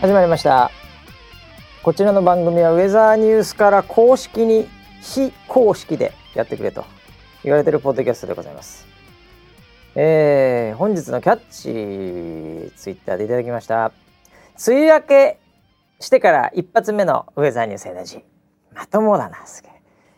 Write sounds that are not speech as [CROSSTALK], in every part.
始まりましたこちらの番組はウェザーニュースから公式に非公式でやってくれと言われてるポッドキャストでございますえー、本日のキャッチツイッターでいただきました梅雨明けしてから一発目のウェザーニュースエナジーまともだなすげ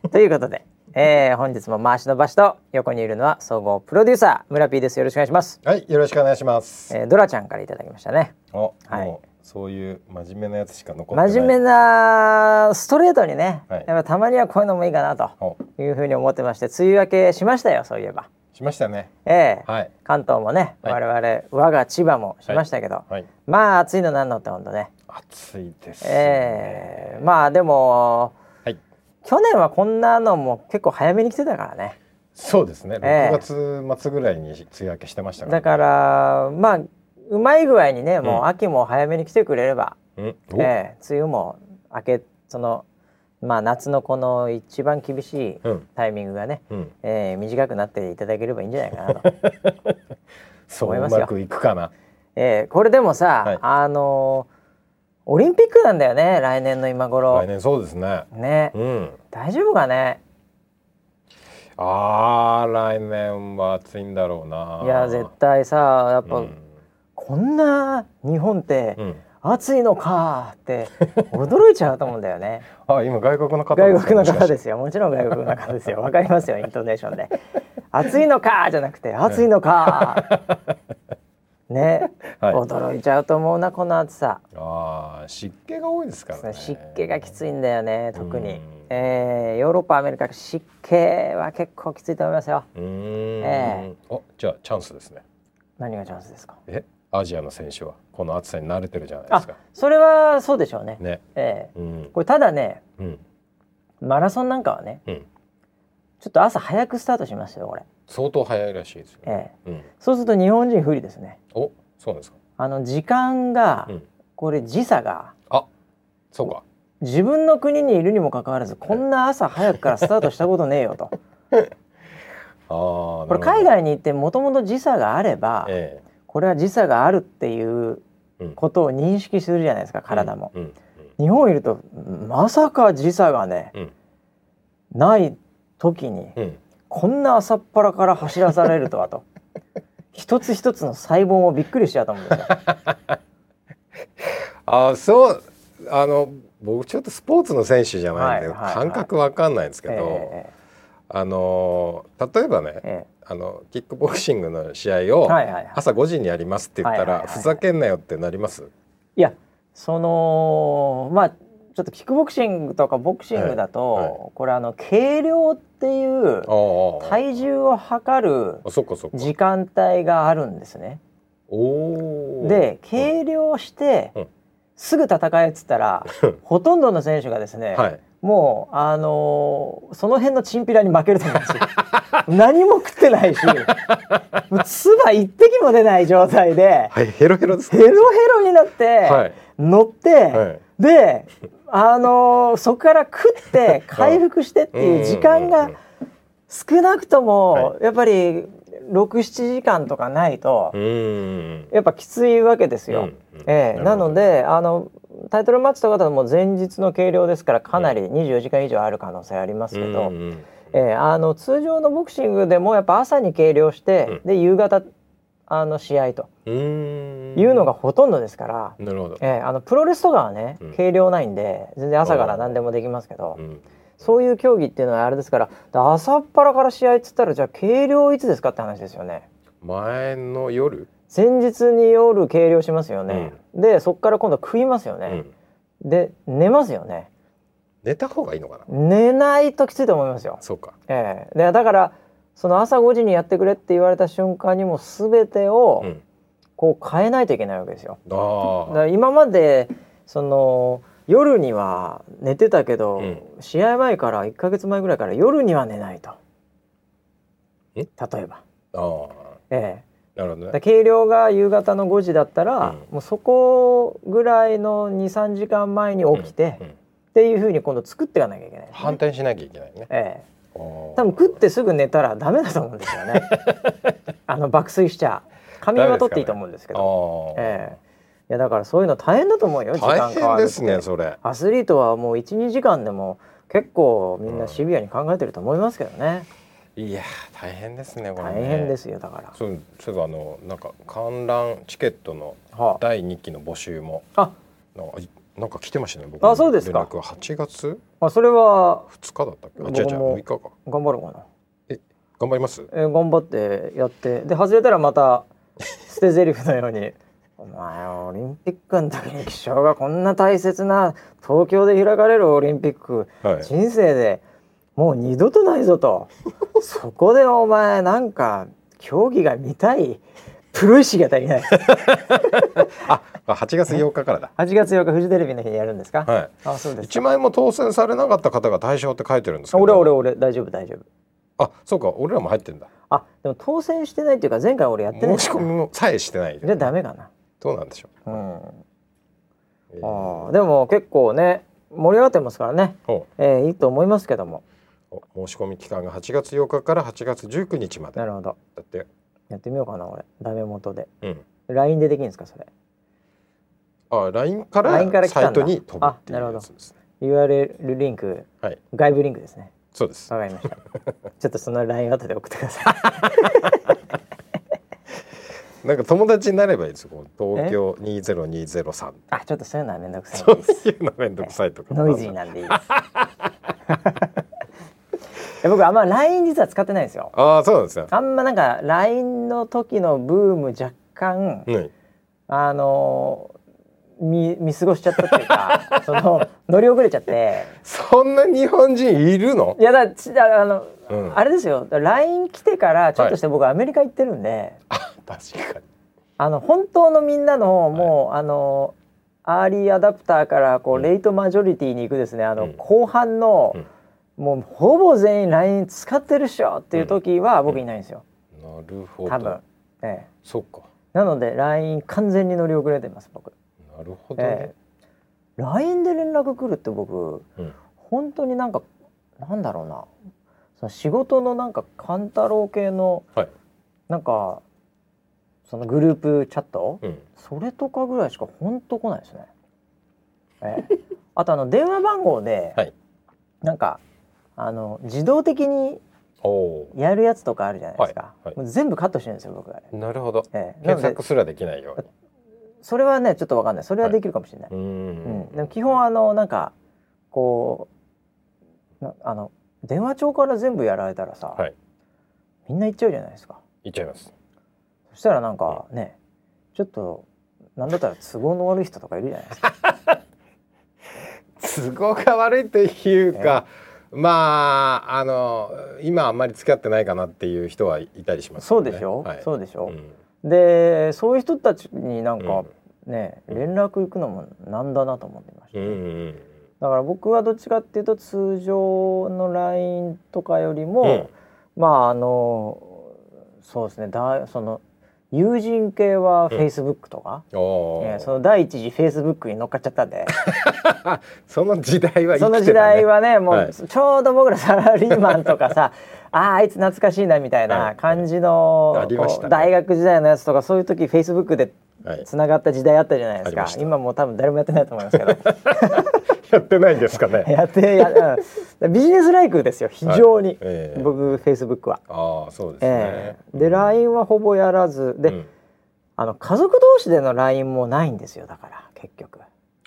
えということで、えー、本日も回しの場所と横にいるのは総合プロデューサー村 P ですよろしくお願いします、はい、よろしくお願いします。えー、ドラちゃんからいただきましたねあ、もはいうそういう真面目なやつしか残ってない。真面目なストレートにね、はいやっぱたまにはこういうのもいいかなとおいうふうに思ってまして梅雨明けしましたよそういえば、しましたね。ええはい関東もね、はい我々我が千葉もしましたけど、はい。まあ暑いのなんのってほんとね、暑いです、ね。ええまあでもはい。去年はこんなのも結構早めに来てたからねそうですね。ええ6月末ぐらいに梅雨明けしてましたから、だからまあうまい具合にねもう秋も早めに来てくれれば、ら、うん、おええ梅雨も明けそのまあ夏のこの一番厳しいうんタイミングがね、うん、えー短くなっていただければいいんじゃないかな [LAUGHS] と、そ思ういうますよまくいくかな。えーこれでもさ、はいあのーオリンピックなんだよね来年の今頃来年そうですね。ね、うん。大丈夫かねああ、来年は暑いんだろうな。いや絶対さやっぱ、うん。こんな日本ってうん。暑いのかって [LAUGHS] 驚いちゃうと思うんだよねあ、今外国の方。外国の方ですすよもちろん外国の方 [LAUGHS] ですよわかりますよイントネーションで暑いのかじゃなくて暑いのか [LAUGHS] ね、はい驚いちゃうと思うなこの暑さああ、湿気が多いですからね。湿気がきついんだよね特うにん、えーヨーロッパアメリカ湿気は結構きついと思いますようーん、えおじゃあチャンスですね何がチャンスですかえアジアの選手はこの暑さに慣れてるじゃないであすかそれはそうでしょうねねええうんこれただねうんマラソンなんかはねうんちょっと朝早くスタートしますよこれ、相当早いらしいですよ、ええうんそうすると日本人不利ですねおそうなんですかあの時間が、うんこれ時差があそうか自分の国にいるにもかかわらずこんな朝早くからスタートしたことねえよ [LAUGHS] とあこれーなるほど海外に行ってもともと時差があれば、ええこれは時差があるっていううんことを認識するじゃないですか体も、うん日本いるとまさか時差がねうんない時にうん、うん、こんな朝っぱらから走らされるとは [LAUGHS] と一つ一つの細胞もびっくりしちゃうと思うんですよ。あーそうあの僕ちょっとスポーツの選手じゃないんで、はいはいはい感覚わかんないん [LAUGHS] ですけど、えあのー例えばねええあのキックボクシングの試合をえはいはいはい。朝5時にやりますって言ったら、はいはいはいはいふざけんなよってなりますいやそのまあちょっとキックボクシングとかボクシングだと、はいはこれあの軽量っていうあー体重を測るあそっかそっか時間帯があるんですね。おおで計量して、うんすぐ戦えっつったら、ほとんどの選手がですね、はいもうあのーその辺のチンピラに負けると思うんで [LAUGHS] すよ何も食ってないしもう唾一滴も出ない状態ではいヘロヘロですヘロヘロになって、はい乗って、はいであのーそこから食って回復してっていう時間うんうんが少なくともはやっぱり67時間とかないとうんうんやっぱきついわけですよ。うんうんええ、ななるほどのであのタイトルマッチとかだともう前日の計量ですからかなり24時間以上ある可能性ありますうけんど、うんうんええあの通常のボクシングでもやっぱ朝に計量して、うで夕方あの試合とうーんいうのがほとんどですから、なるほどええあのプロレスとかはね、うん軽量ないんで全然朝から何でもできますけど、うんそういう競技っていうのはあれですからで朝っぱらから試合っつったらじゃあ軽量いつですかって話ですよね。前の夜前日に夜計量しますよね、でそこから今度食いますようね、んで寝ますよね寝た方がいいのかな寝ないときついと思いますよ、そうかええでだからその朝5時にやってくれって言われた瞬間にもう全てをうんこう変えないといけないわけですよ、あだかーら今までその夜には寝てたけど、うん試合前から1か月前ぐらいから夜には寝ないとえ例えば、あーえなるえ、ほだどからね計量が夕方の5時だったら、うんもうそこぐらいの23時間前に起きて、うっんていうふうに今度作っていかなきゃいけない、反対しなきゃいけないねええ、多多分食ってすぐ寝たらダメだと思うんですよ [LAUGHS] ねあの爆睡しちゃ髪は取っていいと思うんですけどああええやだからそういうの大変だと思うよ時間大変わるっ変でてすねそれアスリートはもう12時間でも結構みんなシビアに考えてると思いますけどね、いやー大変ですねこれね大変ですよだから、そうそういえばあのなんか観覧チケットのは第2期の募集もあ、あなんかいなんか来てましたね僕あそうですか連絡は8月まあそれは2日だったっけあ僕違う違もう6日か頑張ろうかな頑張りますえー頑張ってやってで外れたらまた捨て台詞のように [LAUGHS] 「お前オリンピックの時に気象がこんな大切な東京で開かれるオリンピックはい人生でもう二度とないぞ」と [LAUGHS] 「そこでお前なんか競技が見たいプロ意識が足りない」ああ8月8日からだ8月8日フジテレビの日にやるんですか、はあそういです1万円も当選されなかった方が対象って書いてるんですけど俺俺俺大丈夫大丈夫あそうか俺らも入ってんだあでも当選してないっていうか前回俺やってない申し込みもさえしてないけじゃどあダメかなどうなんでしょうんう、えーああでも結構ね盛り上がってますからね、ほえーいいと思いますけどもうお申し込み期間が8月8日から8月19日までなだるほどってやってみようかな俺ダメ元でうん LINE でできるんですかそれあ LINE か LINE からら来たんだサイトに飛ぶっていあなるほうどやつですね URL リンクはい外部リンクですねそうですわかりましたちょっとその LINE 後で送ってくだ [LAUGHS] さいなんか友達になればいいですよこう東京20203さんあちょっと [LAUGHS] そういうのはめんどくさいそういうのめんどくさいとかノイジーなんでいい [LAUGHS] ですいや僕あんま LINE 実は使ってないんですよああそうなんですねあんまなんか LINE の時のブーム若干、うんあのー見見過ごしちゃったっていう [LAUGHS] かその乗り遅れちゃってそんな日本人いるのいやだちだあの、うんあれですよ LINE 来てからちょっとして僕アメリカ行ってるんで、あ確かにあの本当のみんなのもう、あのアーリーアダプターからこう、うんレイトマジョリティに行くですねあの、うん後半の、もうほぼ全員 LINE 使ってるっしょっていう時は僕いないんですよ、なるほ多分ど、ええ、そうかなので LINE 完全に乗り遅れてます僕、なるほどねええ、LINE で連絡来るって僕うん本当になんかなんだろうなその仕事のなんか勘太郎系のはいなんかそのグループチャット、うんそれとかぐらいしか本当来ないですね。え [LAUGHS] えあとあの電話番号で、はいなんかあの自動的におおやるやつとかあるじゃないですか、はいはいもう全部カットしてるんですよ僕あれ、ーなるほどええな検ので索すらできないようにそれはねちょっとわかんないそれはできるかもしれない、うーんうん、でも基本はあのなんかこうなあの電話帳から全部やられたらさ、はいみんな行っちゃうじゃないですかいっちゃいますそしたらなんかねちょっとなんだったら都合の悪い人とかいるじゃないです [LAUGHS] か都合が悪いというか、まああの今あんまり付き合ってないかなっていう人はいたりしますそようねでしょ、はい、そうでしょう、んでそういう人たちになんかね、うん連絡行くのもなんだなと思ってました、うんうんだから僕はどっちかっていうと通常の LINE とかよりうんも、まああのそうですねだその友人系はう Facebook んとか、うんおえーーその第一次 Facebook に乗っかっちゃったん [LAUGHS] で、その時代は生きてた、ね、その時代はねもう、はいちょうど僕らサラリーマンとか [LAUGHS] さあーあいつ懐かしいなみたいな感じの、はいありましたねこう大学時代のやつとかそういう時 Facebook ではい、つながった時代あったじゃないですありまかした今もう多分誰もやってないと思いますけ [LAUGHS] どやってないんですかねやってや、うんビジネスライクですよ非常に、はいええ僕 Facebook は。ああそうですえね、えで LINE はほぼやらずで、うんあの家族同士での LINE もないんですよだから結局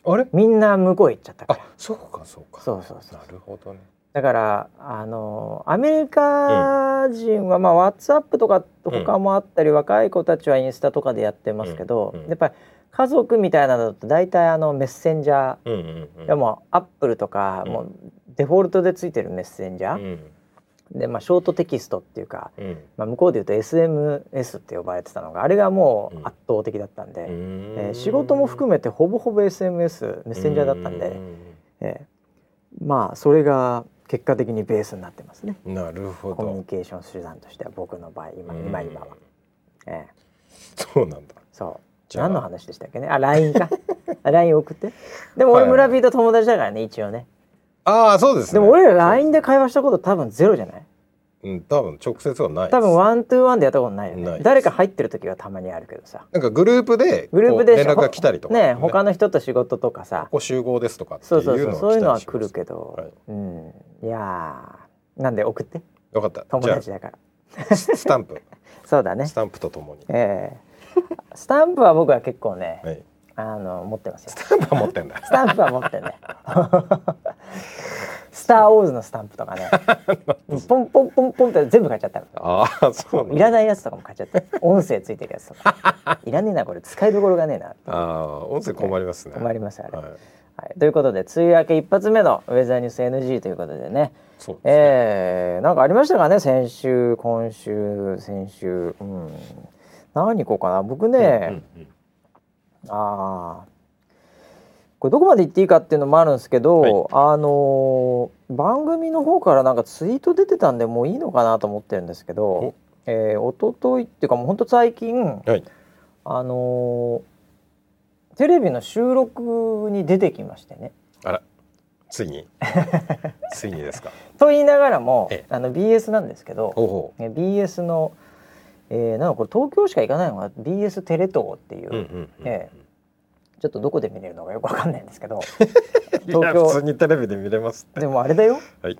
あれみんな向こう行っちゃったかあらそうかそうかそうそうそうなるほどねだからあのアメリカ人は、まあ WhatsApp とか他もあったり、若い子たちはインスタとかでやってますけど、うんうんやっぱり家族みたいなのだと大体あのメッセンジャー、うんうんうんいやもうアップルとか、うんもうデフォルトでついてるメッセンジャうー、んで、まあ、ショートテキストっていうか、うんまあ、向こうで言うと SMS って呼ばれてたのがあれがもううん圧倒的だったんで、うんえー仕事も含めてほぼほぼ SMS メッセンジャーだったんで、えーまあそれが結果的にベースになってますねうんなるほコミュニどケーション手段としては僕の場合今今今はうん、えーそうなんだそうじゃあ何の話でしたっけねあ LINE か [LAUGHS] LINE 送ってでも俺はい村人友達だからね一応ねああそうですでねも俺ら LINE で会話したこと多分ゼロじゃないうん、多分直接はないです多分ワントゥーワンでやったことないよないでねす誰か入ってる時はたまにあるけどさなんかグループでグループこでう連絡が来たりとかね他の人と仕事とかさここ集合ですとかっていそううそうそうのそういうのは来来たりるしますけど、はいうんいやーなんで送ってよかった友じゃ達だからあスタンプそうだねスタンプとともに、ええスタンプは僕は結構ねはい、あの持ってますよスタンプは持ってんだスタンプは持ってんね [LAUGHS] スター・ウォーズのスタンプと [LAUGHS] かねポンポンポンポンって全部買っちゃったの [LAUGHS] ああそうなんいだらないやつとかも買っちゃった音声ついてるやつとか [LAUGHS] いらねえなこれ使いどころがねえなああ音声困りますね困りますあれ、ははいい、ということで梅雨明け一発目のウェザーニュース NG ということでねそうですね、えー、なんかありましたかね先週今週先週うん何行こうかな僕ね、うんうんああこれどこまで言っていいかっていうのもあるんですけど、あのー番組の方からなんかツイート出てたんでもういいのかなと思ってるんですけどお、えー、一昨日っていうかもうほんと最近、はいあのーテレビの収録に出てきましてね。あらつい [LAUGHS] についにですかと言いながらもええあの BS なんですけどほうほえ BS の、えーなんかこれ東京しか行かないのが BS テレ東っていう、う、うんうんうんえちょっとどこで見れるのかよくわかんないんですけどいや東京普通にテレビで見れますってでもあれだよはい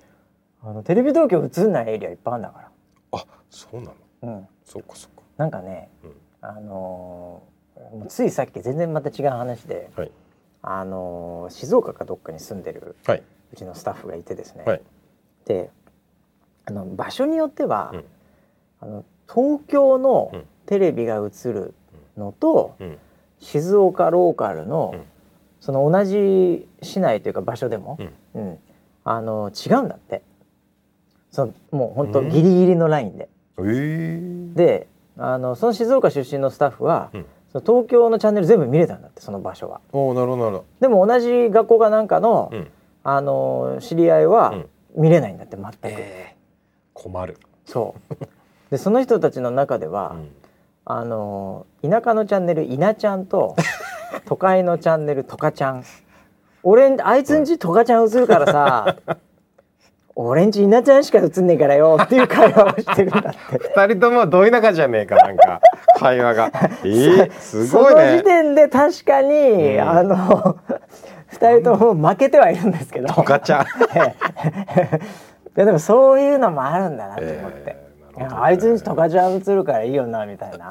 あのテレビ東京映んないエリアいっぱいあるんだかあそうなのら、うん、そっかそっかなんかね、うんあのーもうついさっき全然また違う話で、はいあのー静岡かどっかに住んでるはいうちのスタッフがいてですね、はいであの場所によっては、うんあの東京のうんテレビが映るのと、うん静岡ローカルの、うんその同じ市内というか場所でも、うんあの違うんだってそのもう本当うんギリギリのラインで。えー、であのその静岡出身のスタッフは、うんその東京のチャンネル全部見れたんだってその場所は。おおなるほどなるほでも同じ学校かなんかの、どうんあの知り合いはうん見れないんだって全く、えー、困る、そうでその人たちの中では、うんあの田舎のチャンネル「稲ちゃん」 [LAUGHS] と都会のチャンネル「とかちゃん」俺んあいつんちとかちゃん映るから [LAUGHS] さ俺んち稲ちゃんしか映んねえからよっていう会話をしてるんだって二人ともどいなかじゃねえかなん [LAUGHS] か会話がえー、すそごいのね時点で確かに、んあの [LAUGHS] 二人とも負けてはいるんですけどとかちゃ [LAUGHS] いんやでもそういうのもあるんだなと思って。 [LAUGHS] えーいなるほどやねあいつにトカちゃん映るからいいよなみた [LAUGHS] いな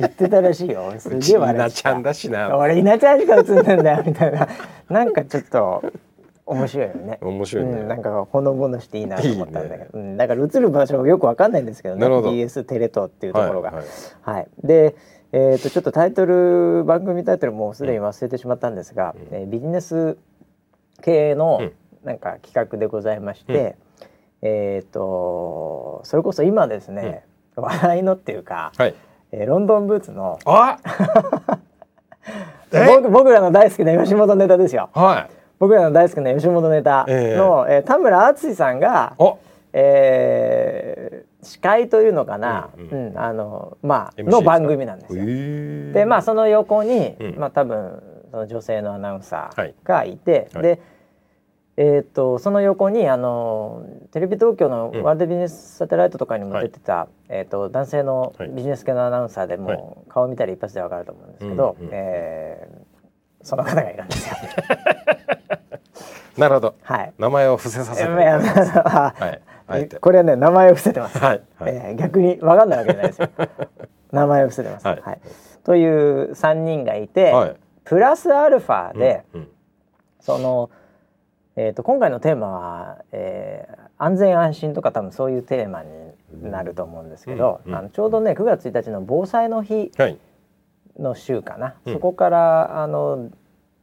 言ってたらしいよ俺すうげちえい笑なっちちゃゃんんだしな俺稲ちゃんしか映んないんだよみたいななんかちょっと面白いよね面白いねうん、なんかほのぼのしていいなと思ったんだけどうん、だから映る場所もよくわかんないんですけどねなるほど BS テレ東っていうところがはいはいはい、で、えー、とちょっとタイトル番組タイトルもうすでに忘れてしまったんですが、うんえービジネス系のうんなんか企画でございまして、えっ、とそれこそ今ですね、話題のっていうか、はいえーロンドンブーツのあ [LAUGHS] え僕僕らの大好きな吉本ネタですよはい僕らの大好きな吉本ネタの、えー田村淳さんが、おえー司会というのかな、ううんんうんあのまあ MC ですのか番組なんですよ。えでまあその横に、うんまあ多分その女性のアナウンサーがいて、はいはで、えーっとその横にあのテレビ東京のうんワールドビジネスサテライトとかにも出てた、えーっと男性のはいビジネス系のアナウンサーでも、はい顔見たら一発でわかると思うんですけど、うんうんえーその方がいるんですよ。なるほどはい。名前を伏せさせ [LAUGHS] ていやいやはいあえ [LAUGHS] てこれはね名前を伏せてます。はいはい、えー逆に分かんないわけじゃない [LAUGHS] ですよ。名前を伏せてます。はいという3人がいて、はいプラスアルファで、うんうんその、えー、と今回のテーマは、えー安全安心とか多分そういうテーマになると思うんですけど、うんうんあのちょうどね9月1日の防災の日はいの週かな、うんそこからあの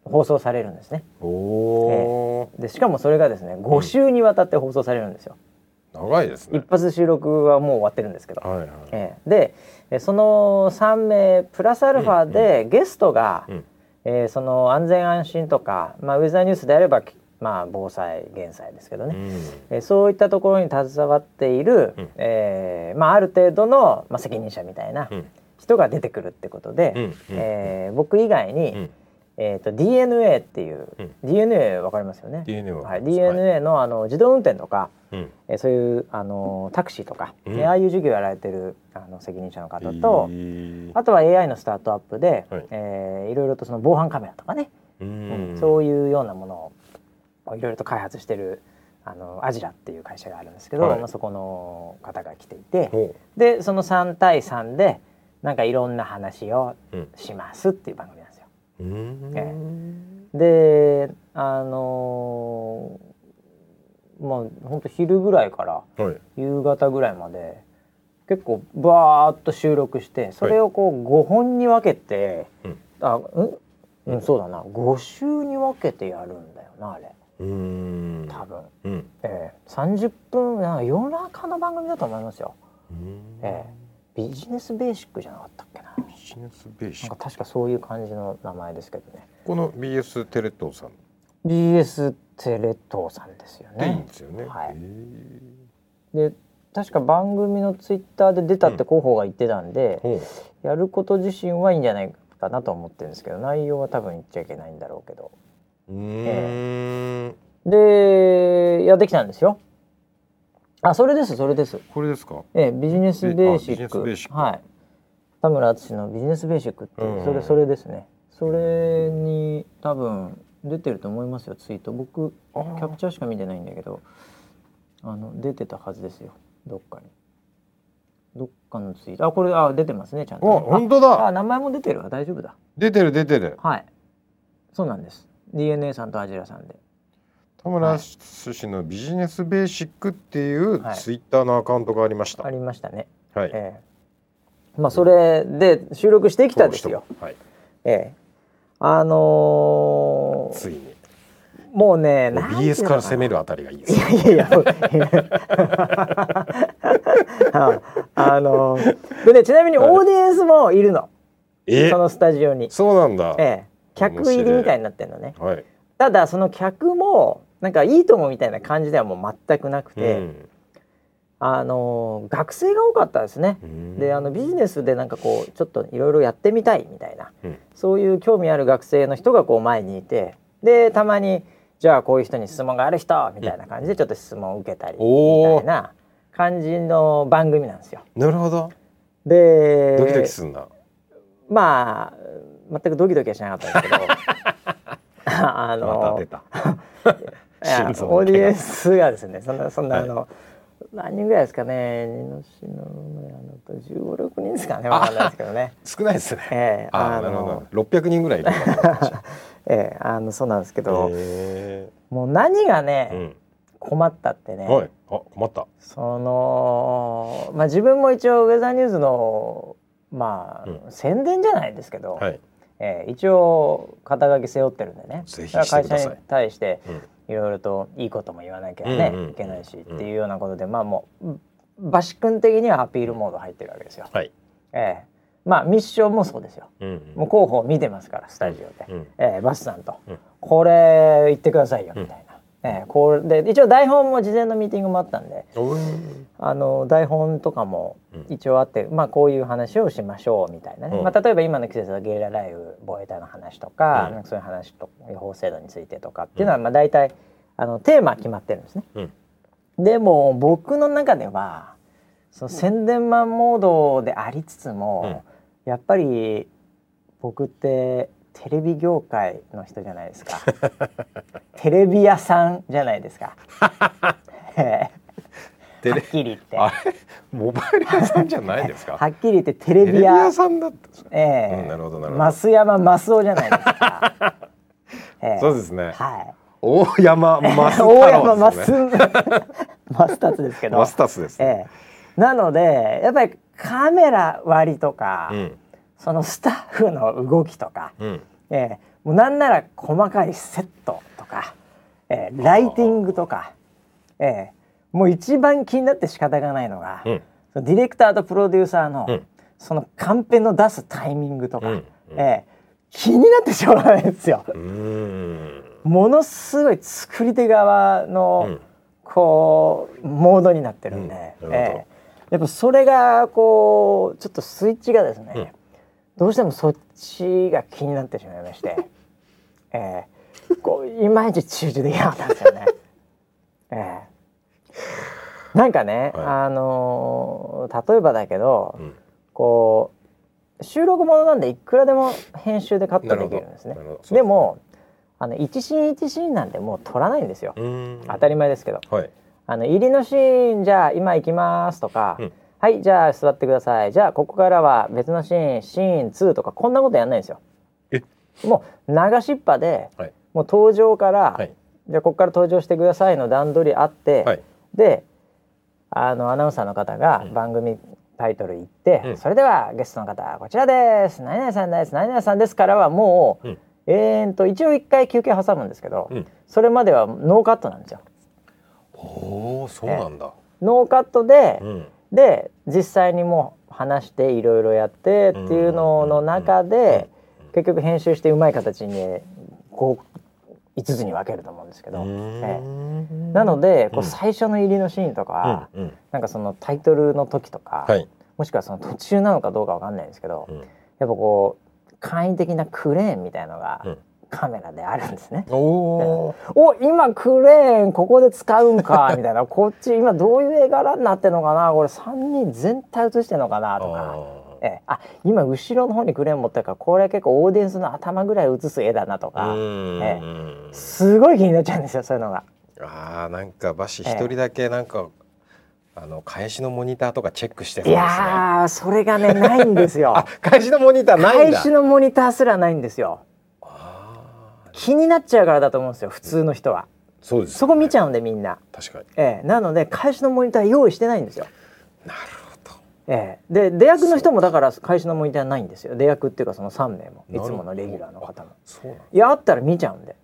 放送されるんですねおお、でしかもそれがですね5週にわたって放送されるんですよ、長いですね一発収録はもう終わってるんですけど、はいはい、ええでえその3名プラスアルファでゲストが、うんえーその安全安心とか、まあ、ウェザーニュースであれば、きまあ、防災減災ですけどね、えーそういったところに携わっている、うんえーまあ、ある程度の、まあ、責任者みたいなうん人が出てくるってことで、うんうんえー僕以外に、うんえー、と DNA っていう、うん DNA わかりますよね、 DNA は、はい、DNA のあの自動運転とか、うんえーそういうあのタクシーとか、うんねああいう授業やられてるあの責任者の方と、えーあとは AI のスタートアップで、はいえーいろいろとその防犯カメラとかね、ううんんそういうようなものをこういろいろと開発してるあのアジラっていう会社があるんですけど、はいまあ、そこの方が来ていてほでその3対3でなんかいろんな話をうんしますっていう番組なんですよ。ううんえであのーもうほんと昼ぐらいからはい夕方ぐらいまで結構バーっと収録してそれをこう5本に分けて、うんあうん、うん、そうだな5週に分けてやるんだよなあれうーん多分、うんええ30分なんか夜中の番組だと思いますようんええビジネスベーシックじゃなかったっけなビジネスベーシなんかック確かそういう感じの名前ですけどねこの BS テレ東さん BS テレ東さんですよでいいんねですよね、はいへーで確か番組のツイッターで出たって広報が言ってたんで、ほやること自身はいいんじゃないかなと思ってるんですけど内容は多分言っちゃいけないんだろうけどううーんでやってきたんですよあそれですそれですこれですかええビジネスベーシッあビジネスクベーシックはい田村淳のビジネスベーシックっていううんそれそれですねそれに多分出てると思いますよツイート僕キあーャプチャーしか見てないんだけどあの出てたはずですよどっかにどっかのツイートあこれあ出てますねちゃんあとね、本当あだあ名前も出てるわ大丈夫だ出てる出てるはい。そうなんです。DNA さんとアジラさんで。田村寿司のビジネスベーシックっていうはいツイッターのアカウントがありましたあはい、りましたね。はい、ええまあそれで収録してきたんですよ。はいええあのーついにもうね、もうなんていうの BS から攻めるあたりがいいでいすねやいやいや、もう [LAUGHS] ああのーでねちなみにオーディエンスもいるの、えそのスタジオに、そうなんだ、ええ客入りみたいになってるのねはい、ただその客もなんかいいともみたいな感じではもう全くなくて、あの学生が多かったですね。うんであのビジネスでなんかこうちょっといろいろやってみたいみたいな、うんそういう興味ある学生の人がこう前にいてでたまにじゃあこういう人に質問がある人みたいな感じでちょっと質問を受けたりみおーたいな感じの番組なんですよ。なるほどでドキドキするんだ、まあ全くドキドキはしなかったんですけ [LAUGHS] どあまのた出たいや心臓のオーディ怪エ我ンスがですねそんなそんなはいあの、何人ぐらいですかね二の四の村のと1516人ですかねわかんないですけどね少ないですねええああなるほのど600人ぐらいいるんだええあのそうなんですけど、へもう何がえね、困ったってね、うんはいあ困ったそのまあ自分も一応ウェザーニューズのまあ、う宣伝じゃないですけど、はいええ一応肩書き背負ってるんでねぜひだからしてくだ会さ社いに対してうんいろいろといいことも言わなきゃね、うんうんいけないしっうんていうようなことで、まあもうバシ君的にはアピールモード入ってるわけですよ。はいええまあミッションもそうですよ。うんもう候補を見てますからスタジオで、うんええバスさんと、うんこれ言ってくださいよみたいな、ええこれで一応台本も事前のミーティングもあったんでうんあの台本とかも一応あって、まあこういう話をしましょうみたいなね、うんまあ、例えば今の季節のゲリラ雷雨防衛隊の話とか,、うんなんかそういう話と予報制度についてとかっていうのは、まあ、大体あのテーマは決まってるんですね。うんでも僕の中ではその宣伝マンモードでありつつも、やっぱり僕ってテレビ業界の人じゃないですか [LAUGHS] テレビ屋さんじゃない [LAUGHS] ですか。ええテレ [LAUGHS] はっきり言ってあれ [LAUGHS] モバイル屋さんじゃないですはかっきり言ってテテレレビビ屋屋さんだったんですねええうんなるほどなるほど増山増夫じゃないです [LAUGHS] か。ええそうですはねい。大山マス大山タマツスですね [LAUGHS] マスタツですけどマス。タツですねええなのでやっぱりカメラ割りとか、うんそのスタッフの動きとか、うんええもうなんなら細かいセットとか、ええライティングとか、ええもう一番気になって仕方がないのが、うんそのディレクターとプロデューサーの、うんそのカンペの出すタイミングとか、うんうんええ気になってしょうがないんですよ。うーんものすごい作り手側の、うんこうモードになってるんで、うんなるほどええやっぱそれがこうちょっとスイッチがですね、うんどうしてもそっちが気になってしまいまして [LAUGHS] ええこういまいち集中できなかったんですよね。 [LAUGHS] ええなんかね、はいあのー例えばだけど、うんこう収録ものなんでいくらでも編集でカットなるできほどるんですねなるほどそうすでもあの一シーン一シーンなんてもう撮らないんですよ、うーん当たり前ですけどはいあの入りのシーンじゃあ今行きますとか、うんはいじゃあ座ってくださいじゃあここからは別のシーンシーン2とかこんなことやんないんですよえもう流しっぱで、はいもう登場から、はいじゃあここから登場してくださいの段取りあって、はいであのアナウンサーの方がうん番組タイトル言って、うんそれではゲストの方こちらです何々さんです何々さんですからはもう、うん永遠と一応一回休憩挟むんですけど、うんそれまではノーカットなんですよ。おおそうなんだノーカットで、うんで実際にもう話していろいろやってっていうのの中で結局編集してうまい形にこう5つに分けると思うんですけうど、えーんえなのでこううん最初の入りのシーンとか、うんうんなんかそのタイトルの時とか、はいもしくはその途中なのかどうかわかんないんですけど、うやっんぱこう簡易的なクレーンみたいのがうんカメラであるんですね。 [LAUGHS] おおお今クレーンここで使うんかみたいなこっち今どういう絵柄になってんのかなこれ3人全体映してんのかなとか。ええあ今後ろの方にクレーン持ってるからこれ結構オーディエンスの頭ぐらい映す絵だなとか、えすごい気になっちゃうんですよそういうのが。あーなんかバシ一人だけなんか、あの返しのモニターとかチェックしていそうですねあやーそれがねないんですよ。返しのモニター [LAUGHS] ないん開だ始のモニターすらないんですよ。あー気になっちゃうからだと思うんですよ普通の人は。そうです、ね、そこ見ちゃうんでみんな。確かにええ、なので開始のモニター用意してないんですよ。なるほええ、で出役の人もだから開始のモニターないんですよ出役っていうかその3名もいどつものレギュラーの方もど。そうなんだいやあったら見ちゃうんで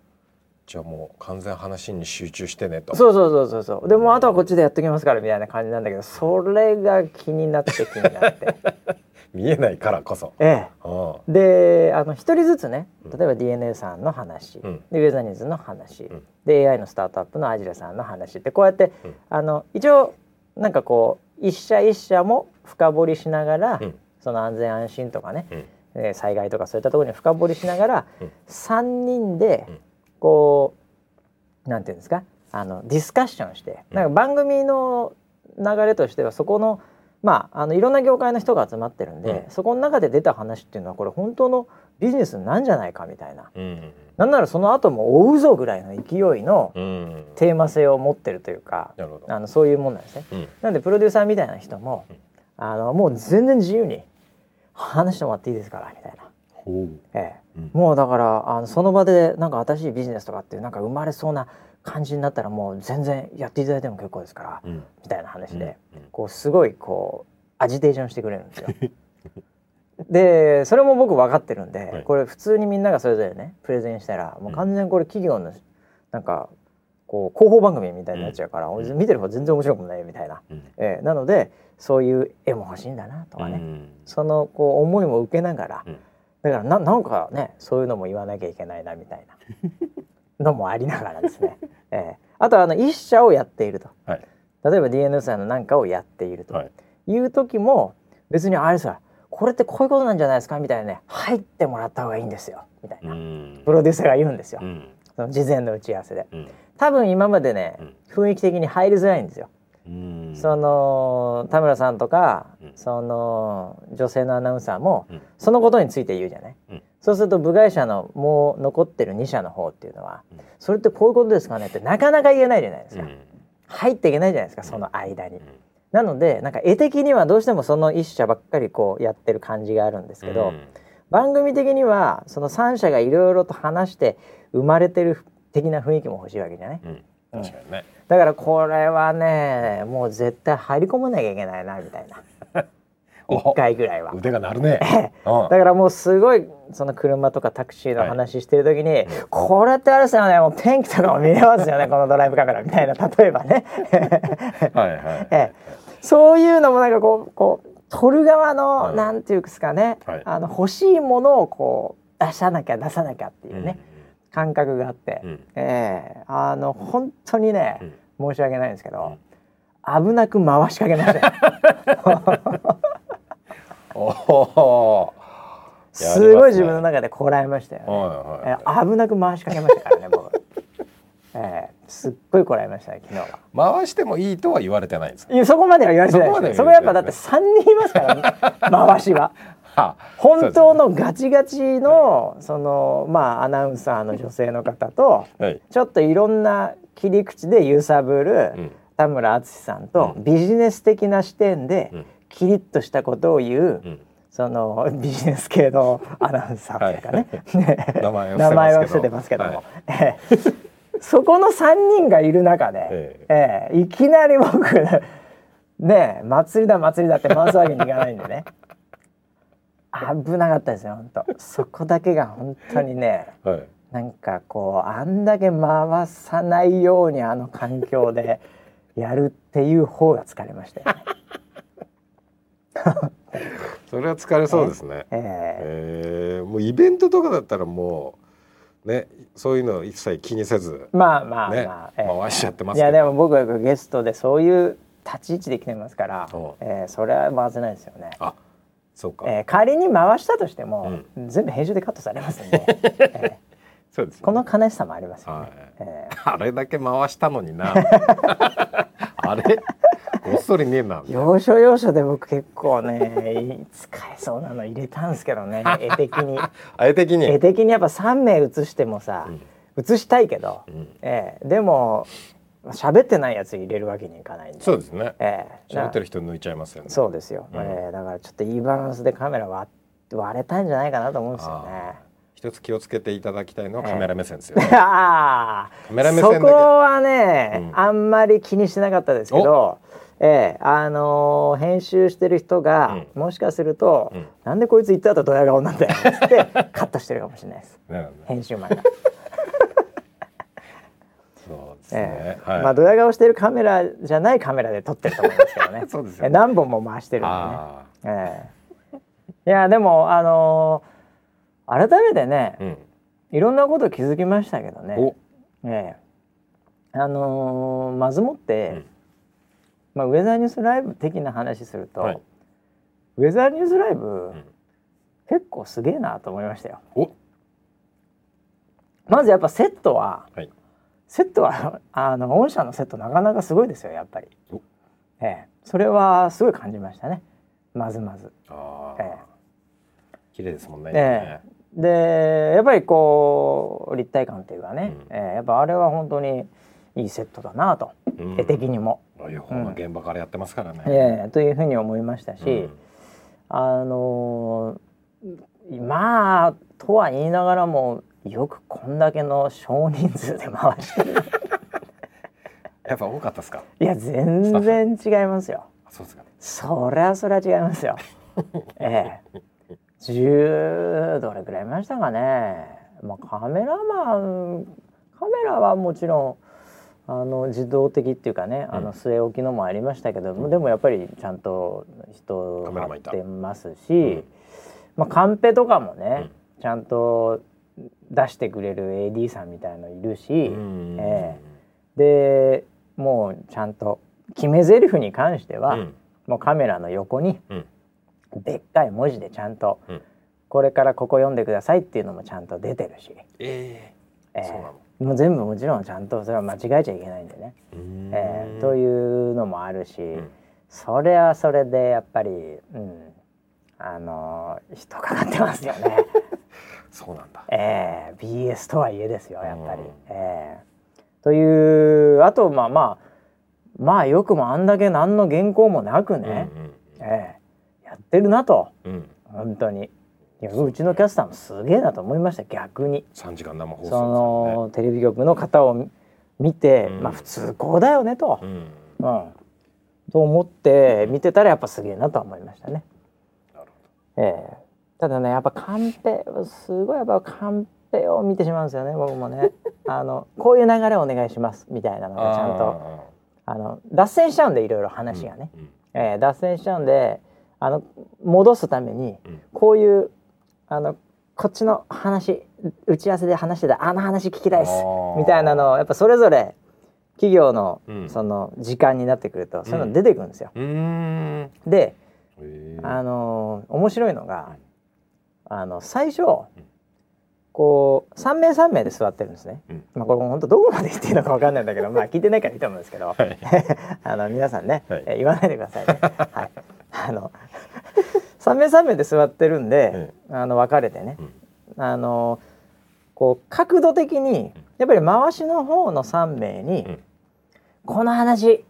じゃあもう完全話に集中してねとそうそうそうそうそうでもうあとはこっちでやっときますからみたいな感じなんだけどそれが気になって気になって [LAUGHS] 見えないからこそえあえであの一人ずつねうん例えば DNA さんの話、うんでウェザーニューズの話、んで AI のスタートアップのアジラさんの話ってこうやって、うんあの一応なんかこう一社一社も深掘りしながら、あうんその安全安心とかね、うんえー災害とかそういったところに深掘りしながら、うん三3人でうんこう、なんていうんですかあのディスカッションして、うんなんか番組の流れとしてはそこのまああのいろんな業界の人が集まってるんで、うんそこの中で出た話っていうのはこれ本当のビジネスなんじゃないかみたいなうんなんならその後も追うぞぐらいの勢いのうんテーマ性を持ってるというか、なるほどあのそういうもんなんですね。うんなんでプロデューサーみたいな人も、うんあのもう全然自由に話してもらっていいですからみたいな、ほうええうんもうだからあのその場でなんか新しいビジネスとかっていうなんか生まれそうな感じになったらもう全然やっていただいても結構ですから、うんみたいな話で、うんこうすごいこうアジテーションしてくれるん [LAUGHS] ですよ。でそれも僕分かってるんで、はいこれ普通にみんながそれぞれねプレゼンしたらもう完全にこれ企業のなんかこう広報番組みたいになっちゃうから、ん見てる方全然面白くないみたいな、うんえーなのでそういう絵も欲しいんだなとかね、うんそのこう思いも受けながら、うんだからななんかねそういうのも言わなきゃいけないなみたい [LAUGHS] なのもありながらですね、 [LAUGHS] ええあとはあの一社をやっていると、はい例えば DNA さんのなんかをやっているとはいいう時も別にあれさこれってこういうことなんじゃないですかみたいなね入ってもらった方がいいんですよみたいうな、んプロデューサーが言うんですよ、うんその事前の打ち合わせでうん多分今までね、うん雰囲気的に入りづらいんですようんその田村さんとか、うんその女性のアナウンサーも、うんそのことについて言うじゃない、うんそうすると部外者のもう残ってる2社の方っていうのは、うんそれってこういうことですかねってなかなか言えないじゃないですうか、ん入っていけないじゃないですかその間に、うんなのでなんか絵的にはどうしてもその1社ばっかりこうやってる感じがあるんですけど、うん番組的にはその3社がいろいろと話して生まれてる的な雰囲気も欲しいわけじゃないうん確かにねだからこれはねもう絶対入り込まなきゃいけないなみたいなお1回ぐらいは。腕が鳴るねうだんからもうすごいその車とかタクシーの話してる時に、これってあれですよねもう天気とかも見れますよねこのドライブカメラみたいな例えばね、 [LAUGHS] はいはいええそういうのもなんかこうこう撮る側の、はいなんていうんですかね、はいあの欲しいものをこう出さなきゃ出さなきゃっていうね、感覚があって、うんうんええあの本当にね、うん申し訳ないんですけど、危なく回し [LAUGHS] かけましたよおおやりますすねごい自分の中でこらえましたよね、はいえはい。ー危なく回しかけましたからね僕、えーすっごいこらえましたね昨日は回してもいいとは言われてないんですか。いやそこまでは言われてないですよそそこまこやっでは言ぱわだれってて3人いますから、ね、 [LAUGHS] 回しははあ本当のガチガチのそのまあアナウンサーの女性の方とそうですねちょっといろんな切り口で揺さぶるはい。うん。田村淳さんとうんビジネス的な視点でうんキリッとしたことを言ううん。そのビジネス系のアナウンサーというかね、ね名前を伏せますけど名前を伏せてますけども、はいええそこの3人がいる中で、えええいきなり僕ねえ祭りだ祭りだって回すわけにいかないんでね危なかったですよ本当そこだけが本当にねはい。なんかこうあんだけ回さないようにあの環境でやるっていう方が疲れましたよね。それは疲れそうですね。えええー、もうイベントとかだったらもうねそういうのを一切気にせずまあまあまあ、ね、ええ回しちゃってますいけどやでも僕はゲストでそういう立ち位置で来てますからお、えー、それは回せないですよね、あそうか、えー、仮に回したとしても、全部編集でカットされますんで、 [LAUGHS] えそうですーこねの悲しさもありますよね、はいえあれだけ回したの [LAUGHS] になあれごっそりねえなー要所要所で僕結構ね使えそうなの入れたんですけどね絵的 [LAUGHS] にあれ的に絵的にやっぱ3名写してもさ写したいけど、えーでも喋ってないやつ入れるわけにいかないんでそうですねえー喋ってる人抜いちゃいますよねそうですよ、うんえーだからちょっといいバランスでカメラ割割れたんじゃないかなと思うんですよね。一つ気をつけていただきたいのはカメラ目線です [LAUGHS] よ、ねああカメラ目そ線だけこはね、うんあんまり気にしてなかったですけど、ええあのー編集してる人が、もしかすると、うんなんでこいつ言った後ドヤ顔なんだよっつ [LAUGHS] ってカットしてるかもしれないですなるほどね編集マン [LAUGHS] が。そうですえね、えはい、まあドヤ顔してるカメラじゃないカメラで撮ってると思いますけどね [LAUGHS] そうですよねえ何本も回してるんでね。あええいやでもあのー改めてねー、うんいろんなこと気づきましたけどねお、ええあのーまずもって、うんまあ、ウェザーニュースライブ的な話すると、はいウェザーニュースライブ、ん結構すげえなと思いましたよ。おまずやっぱセットははいセットは [LAUGHS] あの御社のセットなかなかすごいですよやっぱりお。ええ、それはすごい感じましたねまずまず。あえー、え綺麗ですもんねえでやっぱりこう立体感っていうかね、うんえーやっぱあれは本当にいいセットだなと、うん絵的にも、あいやほんま現場からやってますからね、えーというふうに思いましたし、うんあのーまあとは言いながらもよくこんだけの少人数で回してるやっぱ多かったですかいや全然違いますよあそうですかそりゃそりゃ違います [LAUGHS] よええ10どれくらいいましたかね、まあ、カメラマンカメラはもちろんあの自動的っていうかねあうんの据え置きのもありましたけど、でもやっぱりちゃんと人カメラマンいたってますし、うんまあ、カンペとかもね、ちゃんと出してくれる AD さんみたいのいるし、うんえでもうちゃんと決め台詞に関しては、うんもうカメラの横にうんでっかい文字でちゃんと、うんこれからここ読んでくださいっていうのもちゃんと出てるし、ええーそうなのもう全部もちろんちゃんとそれは間違えちゃいけないんでね、えうんえーというのもあるし、んそれはそれでやっぱり、うん、あのー人かかってますよ [LAUGHS] ね、そうなんだえー BS とはいえですよやっぱり。うんえーというあとまあまあまあよくもあんだけ何の原稿もなくね、ええやってるなとうんうんうん本当にいやうちのキャスターもすげえなと思いました逆に三時間生放そ送のテレビ局の方を見て、うんまあ普通こうだよねとです、よねうんうんと思って見てたらやっぱすげえなとは思いましたね。なるえほえただねやっぱカンペすごいやっぱカンペを見てしまうんですよね僕もねあのこういう流れお願いしますみたいなのどがちゃんとああの脱線しちゃうんでいろいろー話がね、うんうんえー脱線しちゃうんであの戻すためにうんこういうあのこっちの話打ち合わせで話してたあの話聞きたいですあーみたいなのをやっぱそれぞれ企業のうんその時間になってくるとそういうの出てくるんですよ。うーんで、えーあのー面白いのがあの最初こう3名3名で座ってるんですね、うんまあこれも本当どこまで言っていいのかわかんないん [LAUGHS] だけどまあ聞いてないからいいと思うんですけど、はい。 [LAUGHS] あの皆さんね、はいえ言わないでくださいね、はい、あの3名3名で座ってるんでえ、あの分かれてねう、んあのこう角度的にやっぱり回しの方の3名に、うんこの話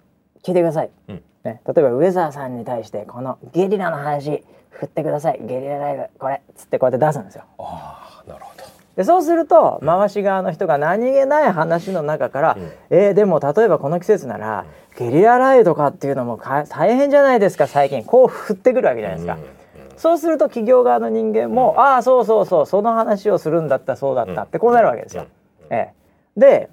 聞いてください、うんね、例えばウェザーさんに対してこのゲリラの話振ってくださいゲリラライブこれっつってこうやって出すんですよ。ああ、なるほど。でそうすると回し側の人が何気ない話の中から「うんえーでも例えばこの季節ならゲリラ雷雨とかっていうのもか大変じゃないですか最近」こう振ってくるわけじゃないですか。そうすると企業側の人間も「ああそうそうそうその話をするんだったそうだった」ってこうなるわけですよ。ええ、で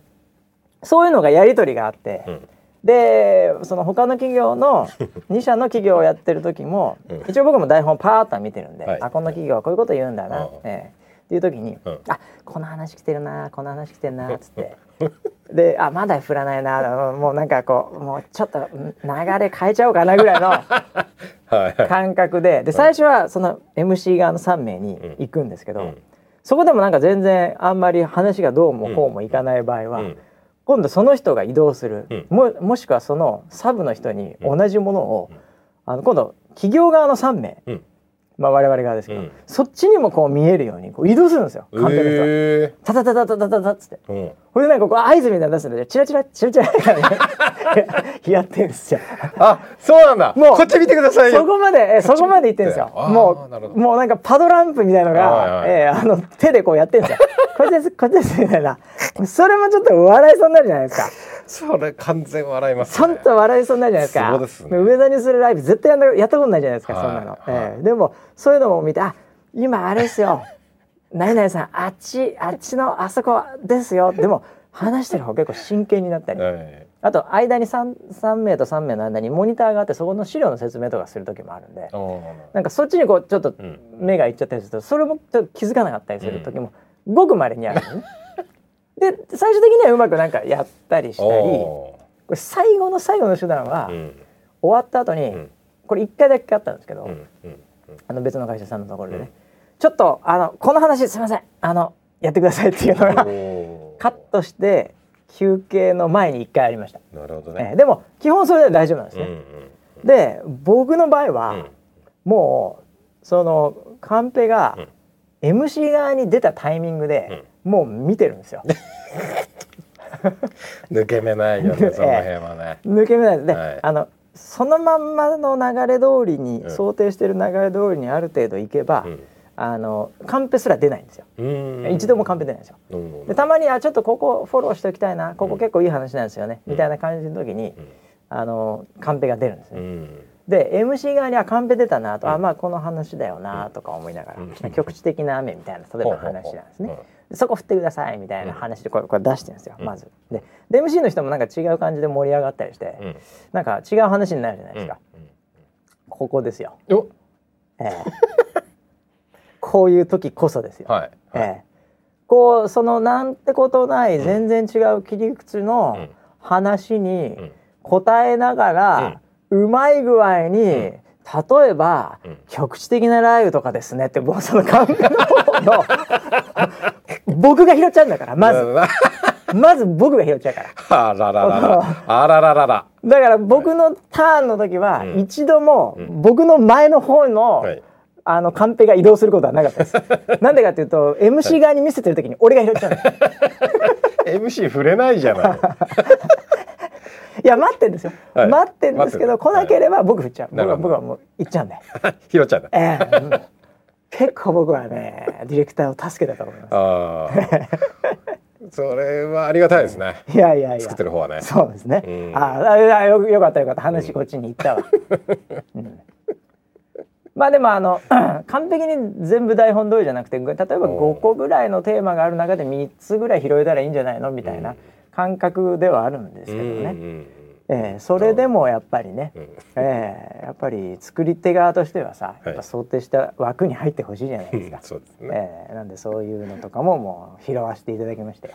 そういうのがやり取りがあって、うんでその他の企業 [LAUGHS] の2社の企業をやってる時も、うん一応僕も台本パーッと見てるんで、はいあこの企業はこういうこと言うんだな、うんええっていう時に、うんあこの話来てるなこの話来てるなっつって。であまだ振らないなもうなんかこうもうちょっとん流れ変えちゃおうかなぐらいの [LAUGHS] はいはい。感覚でで最初はその MC 側の3名に行くんですけど、うんそこでもなんか全然あんまり話がどうもこうもいかない場合は、うん今度その人が移動する、うんももしくはそのサブの人に同じものを、あの今度企業側の3名、うんまあ、我々側ですけど、うんそっちにもこう見えるようにこう移動するんですよえ関係の人が。えタタタタタタタタっつって。ー。うん。これなんかこう合図みたいなの出すんでチラチラチラチラってねやってるんですよ。あ、そうなんだ。もうこっち見てくださいそよ。こまで、えーそこまで行ってんですよ。あーもなるほう、どもうなんかパドランプみたいのが、はいはいえーあの手でこうやってんですよ。これです、これですみたいな。それもちょっと笑いそうになるじゃないですか。それ完全笑いますちゃね。んと笑いそうになるじゃないですか。そうですね上田にするライブ絶対やんなやったことないじゃないですか、はいそんなの。はいえーでも、そういうのも見て、あ、今あれですよ。 [LAUGHS] 何々さん、あっち、あっちのあそこですよ。でも、話してる方結構真剣になったり。はい。あと間に 3, 三名と3名の間にモニターがあってそこの資料の説明とかする時もあるんであーなんかそっちにこうちょっとうん目がいっちゃったりするとそれもちょっと気づかなかったりする時もごくまれにある [LAUGHS] のね。で最終的にはうまくなんかやったりしたりこおれ最後の最後の手段は、ーうん終わった後に、んこれ1回だけあったんですけど、うん [LAUGHS] うんあの別の会社さんのところでね、うんちょっとあのこの話すいませんあのやってくださいっていうのがおーカットして休憩の前に1回ありました。なるほどえね。ーでも基本それで大丈夫なんですうんうね。んで僕の場合うはんもうそのカンペが MC 側に出たタイミングでもう見てるんですよ。抜け目な [LAUGHS] いよね、その辺はね。抜け目ないで、はいあのそのまんまの流れ通りに、うん想定してる流れ通りにある程度いけば、あのカンペすら出ないんですよ。うん一度もカンペ出ないんですよ。うんでたまにあちょっとここフォローしておきたいなここ結構いい話なんですよね、うんみたいな感じの時に、んあのカンペが出るんですね。うんで MC 側にはカンペ出たなと、うんあまあこの話だよなとか思いながら、うん局地的な雨みたいな例えば話なんですね、ほうほうほうそこ振ってくださいみたいな話でこれこれ出してるんですよ、うんまずでで MC の人もなんか違う感じで盛り上がったりして、うんなんか違う話になるじゃないですか、ここですよ、うんよええこういう時こそですよ、はいええこうそのなんてことない全然違う切り口のうん話に、うん答えながら、うまい具合に、例えば、うん局地的な雷雨とかですねってもうその顔面の方の [LAUGHS] 僕が拾っちゃうんだからまずまず僕が拾っちゃうから [LAUGHS] あららら [LAUGHS] らあららららだから僕のターンの時は、うん一度もん僕の前の方の、はいあのカンペが移動することはなかった [LAUGHS] ですなんでかっていうと MC 側に見せてる時に俺が拾っちゃうんです MC 触れないじ [LAUGHS] ゃないいや待ってんですよ、はい待ってんですけど待って来んだなければ僕振っちゃう、な僕るは僕はほどもう行っちゃうん [LAUGHS] でひろちゃんだええうん結構僕はねディレクターを助けたと思いまあー [LAUGHS] それはありがたいですねすいやいやいや作ってる方はねそうですね、うんあああよよかったよかった話こっちに行ったわ、うんまあでもあの [CLEARS THROAT] 完璧に全部台本通りじゃなくて例えばお5個ぐらいのテーマがある中で3つぐらい拾えたらいいんじゃないのみたいな感覚ではあるんですけどね、うんええそれでもやっぱりね、うんええやっぱり作り手側としてはさ、いやっぱ想定した枠に入ってほしいじゃないですか。 [LAUGHS] そうですねええなんでそういうのとかももう拾わせていただきまして、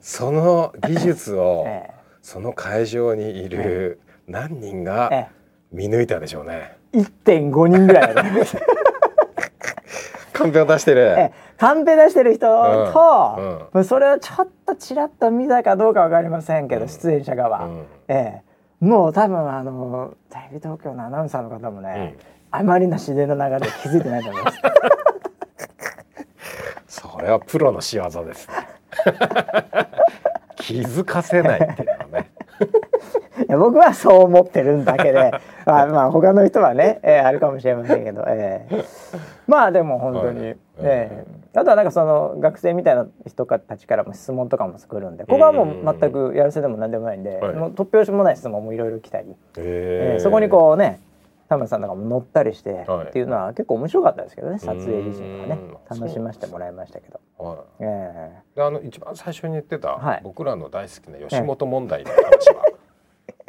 その技術をえその会場にいる何人がえ見抜いたでしょうね1.5人ぐらいあるカンペを出してるええカンペ出してる人うんと、それをちょっとちらっと見たかどうかわかりませんけど、うん出演者側、うんええもう多分あのテレビ東京のアナウンサーの方もね、あまりの自然の流れで気づいてないと思いますそれはプロの仕業です [LAUGHS] ね気づかせないっていうのはねいや僕はそう思ってるんだけ [LAUGHS] でまあまあ他の人はね、ええあるかもしれませんけど、ええまあでも本当に、はいええあとはなんかその学生みたいな人たちからも質問とかも来るんでここはもう全くやるせでも何でもないんで、はいもう突拍子もない質問もいろいろ来たり、 [LAUGHS] えええそこにこうね田村さんとかも乗ったりして、はいっていうのは結構面白かったですけどね撮影自身はねうん楽しませてもらいましたけど。う、はええい、であの一番最初に言ってた、はい僕らの大好きな吉本問題の話 [LAUGHS] は、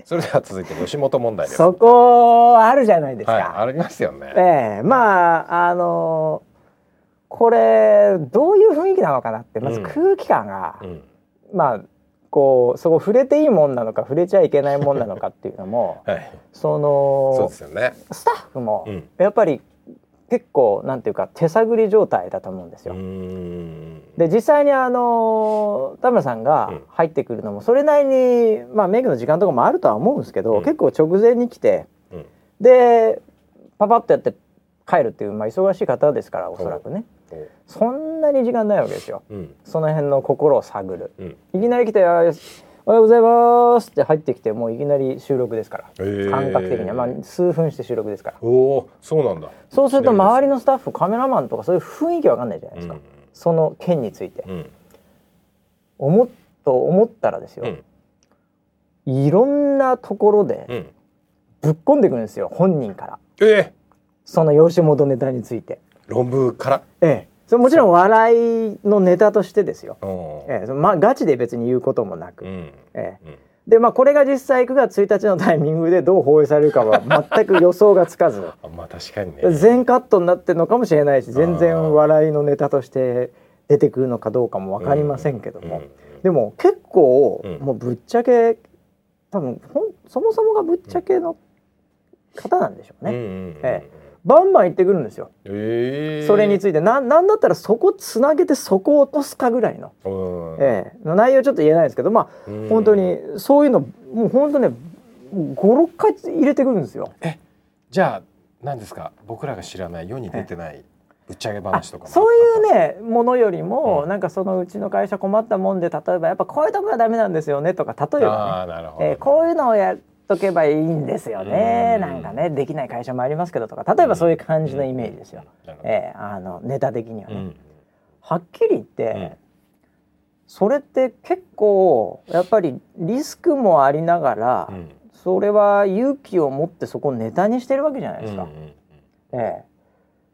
それでは続いて吉本問題ですそこあるじゃないですか。はい、ありますよね、ええまああのこれどういう雰囲気なのかなってまずうん空気感が、うんまあこうそこ触れていいもんなのか触れちゃいけないもんなのかっていうの [LAUGHS] もはい、そそうのですよね、スタッフもうんやっぱり結構なんていうか手探り状態だと思うんですうよ。んで実際にあの田村さんがうん入ってくるのもそれなりに、まあ、メイクの時間とかもあるとは思うんですけど、うん結構直前に来てうんでパパッとやって帰るっていう、まあ、忙しい方ですからおそらくねおそんなに時間ないわけですようんその辺の心を探るうんいきなり来てあ「おはようございます」って入ってきてもういきなり収録ですからえー感覚的には、まあ、数分して収録ですからおおそうなんだそうすると周りのスタッフカメラマンとかそういう雰囲気わかんないじゃないですか、その件について。うんうん思っと思ったらですよ、うんいろんなところでうんぶっ込んでくるんですよ本人からええその吉本ネタについて。論文からええ、それもちろん笑いのネタとしてですよ。おーええ、そのまあガチで別に言うこともなく。うんええ、うんでまあこれが実際9月1日のタイミングでどう放映されるか [LAUGHS] は全く予想がつかずあまあ確かにね全カットになってるのかもしれないし全あー然笑いのネタとして出てくるのかどうかも分かりませんけども。でも結構、うんもうぶっちゃけ多分ほんそもそもがぶっちゃけの方なんでしょうね、うんうんうんえバンバン言ってくるんですよ、ええそれについてななんだったらそこつなげてそこ落とすかぐらいの、うんええの内容ちょっと言えないですけどまあうん本当にそういうのもう本当ね56回入れてくるんですよ。じゃあ何ですか僕らが知らない世に出てないぶっちゃけあ話とかもそういうあっねものよりも、うんなんかそのうちの会社困ったもんで例えばやっぱこういうとこがダメなんですよねとか例たんえばねですかああなるほどえーこういうのをやっとけばいいんですよねうんなんかねできない会社もありますけどとか例えばそういう感じのイメージですよ、なるほどえーあのネタ的にはね。うんはっきり言って、うんそれって結構やっぱりリスクもありながら、うんそれは勇気を持ってそこをネタにしてるわけじゃないですか。うんうんえー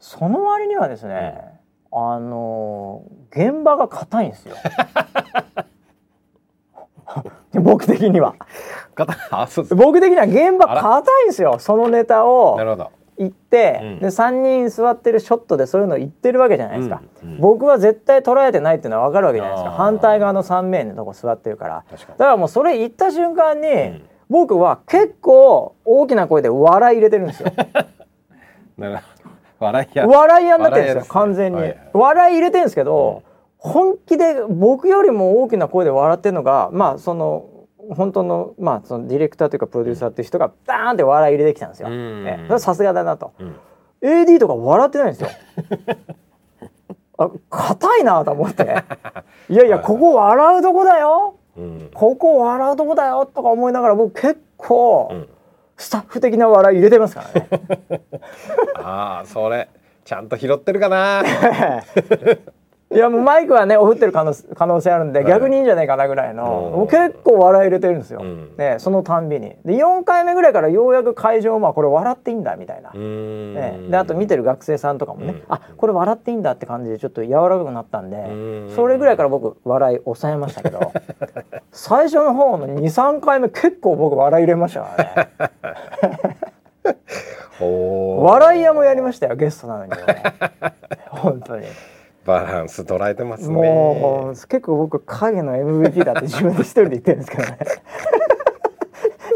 その割にはですね、あのー現場が硬いんですよ。 [LAUGHS] 僕的には。 [LAUGHS] あそうです僕的には現場硬いんですよそのネタなをるほど言って、うんで3人座ってるショットでそういうの言ってるわけじゃないですか、うんうん僕は絶対捉えてないっていうのは分かるわけじゃないですかあー反対側の3名のとこ座ってるから確かだからもうそれ言った瞬間に、ん僕は結構大きな声で笑い入れてるん [LAUGHS] ですよになるほど [LAUGHS] 笑いや笑い屋になってるんですよ笑い屋ですね完全に、はいはい笑い入れてるんですけど、本気で僕よりも大きな声で笑ってるのがまあその本当のまあそのディレクターというかプロデューサーっていう人がダーンって笑い入れてきたんですよ、うんええそれはさすがだなと、うん AD とか笑ってないんですよ [LAUGHS] あ硬いなと思っていやいやここ笑うとこだようんここ笑うとこだよとか思いながら僕結構、うんスタッフ的な笑い入れてますからね [LAUGHS] ああそれちゃんと拾ってる [LAUGHS] かないやもうマイクはねおふってる可能可能性あるんではい逆にいいんじゃないかなぐらいの、うんもう結構笑い入れてるんですよ、うんね、そのたんびにで4回目ぐらいからようやく会場はこれ笑っていいんだみたいな、うーんね、であと見てる学生さんとかもね、うんあこれ笑っていいんだって感じでちょっと柔らかくなったんで、うんそれぐらいから僕笑い抑えましたけ [LAUGHS] ど最初の方の23回目結構僕笑い入れましたからねおー笑い屋もやりましたよゲストなのに、ね、本当に。バランス捉えてますねもう結構僕影の MVP [LAUGHS] だって自分で一人で言ってるんですけどね。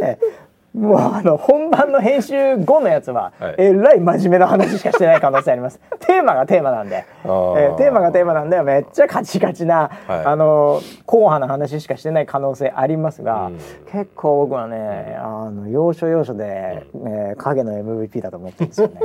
ええもうあの本番の編集後のやつは、はいえらい真面目な話しかしてない可能性ありますテーマがテーマなんで、えあーーテーマがテーマなんでめっちゃカチカチな、はいあの硬派な話しかしてない可能性ありますが、うん結構僕はね、あの要所要所で、えー影の MVP だと思ってるんですよね。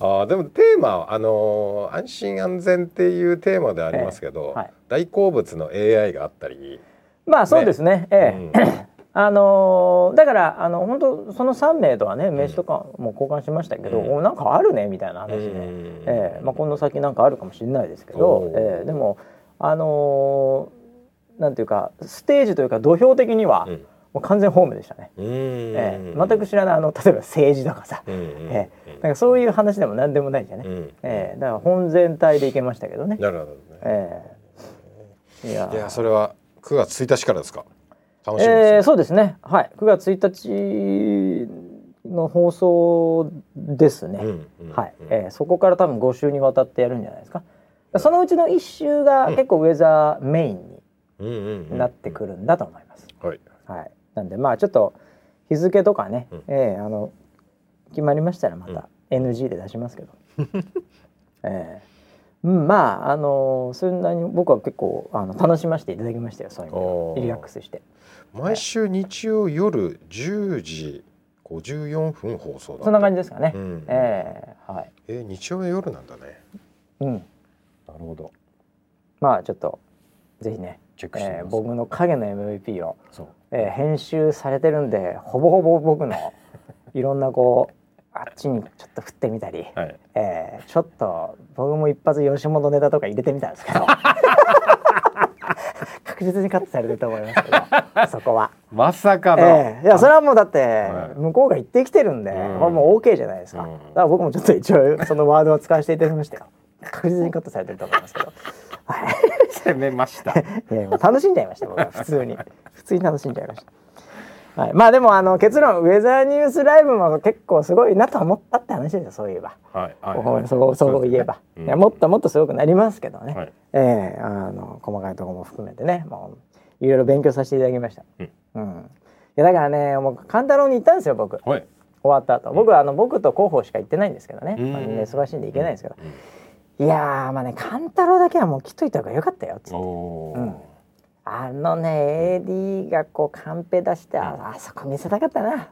ああでもテーマはあのー安心安全っていうテーマでありますけど、ええはい大好物の AI があったり、まあそうですね。ええ。うん [COUGHS] あのーだからあの本当その3名とはね名刺とかも交換しましたけど、うんおなんかあるねみたいな話で、うんええまあ、この先なんかあるかもしれないですけどお、ーええでもあのーなんていうかステージというか土俵的には、うんもう完全ホームでしたね、うんええ全く知らないあの例えば政治とかさ、うんうんええなんかそういう話でも何でもないじゃね、うんうんええだから本全体でいけましたけどね、なるほどね。ええいやいやそれは9月1日からですか。楽しみですねえー、そうですね。はい、9月1日の放送ですね。うんうんはい、うんえーそこから多分5週にわたってやるんじゃないですか。そのうちの1週が結構ウェザーメインうんうんうにんなってくるんだと思います。はい。はい。なんでまあちょっと日付とかね、うんえーあの決まりましたらまた NG で出しますけど。 [LAUGHS] えーうん、まああのそんなに僕は結構あの楽しませていただきましたよそういう意味おでーリラックスして。毎週日曜夜10時54分放送だって。そんな感じですかね。うんええはい。えー日曜の夜なんだね。うん。なるほど。まあちょっとぜひね、チェックしてみえーます。僕の影の MVP を、そう。えー編集されてるんで、ほぼほぼ僕 [LAUGHS] のいろんなこうあっちにちょっと振ってみたり、はい。えーちょっと僕も一発吉本ネタとか入れてみたんですけ [LAUGHS] ど。確実にカットされてると思いますけどそこは、まさかええいやそれはもうだってはい向こうが言ってきてるんで、うんこれもう OK じゃないですか、うんだから僕もちょっと一応そのワードは使わせていただきましたよ確実にカットされてると思いますけど攻め [LAUGHS] ました。いやもう楽しんじゃいました僕は普通に普通に楽しんじゃいました、はい、まあでもあの結論ウェザーニュースライブも結構すごいなと思ったって話ですよそういえば、はいははいそうそう言えば、うんいやもっともっとすごくなりますけどね、はいええあの細かいところも含めてねもういろいろ勉強させていただきました、うんうんいやだからねもう勘太郎に行ったんですよ僕終はい。わった後僕はあの僕と広報しか行ってないんですけどね、うんまあ、みんな忙しいんで行けないんですけど、いやーまあね勘太郎だけはもう切っといた方がよかったよっつっておおあのね AD がこうカンペ出して、ああそこ見せたかった [LAUGHS] な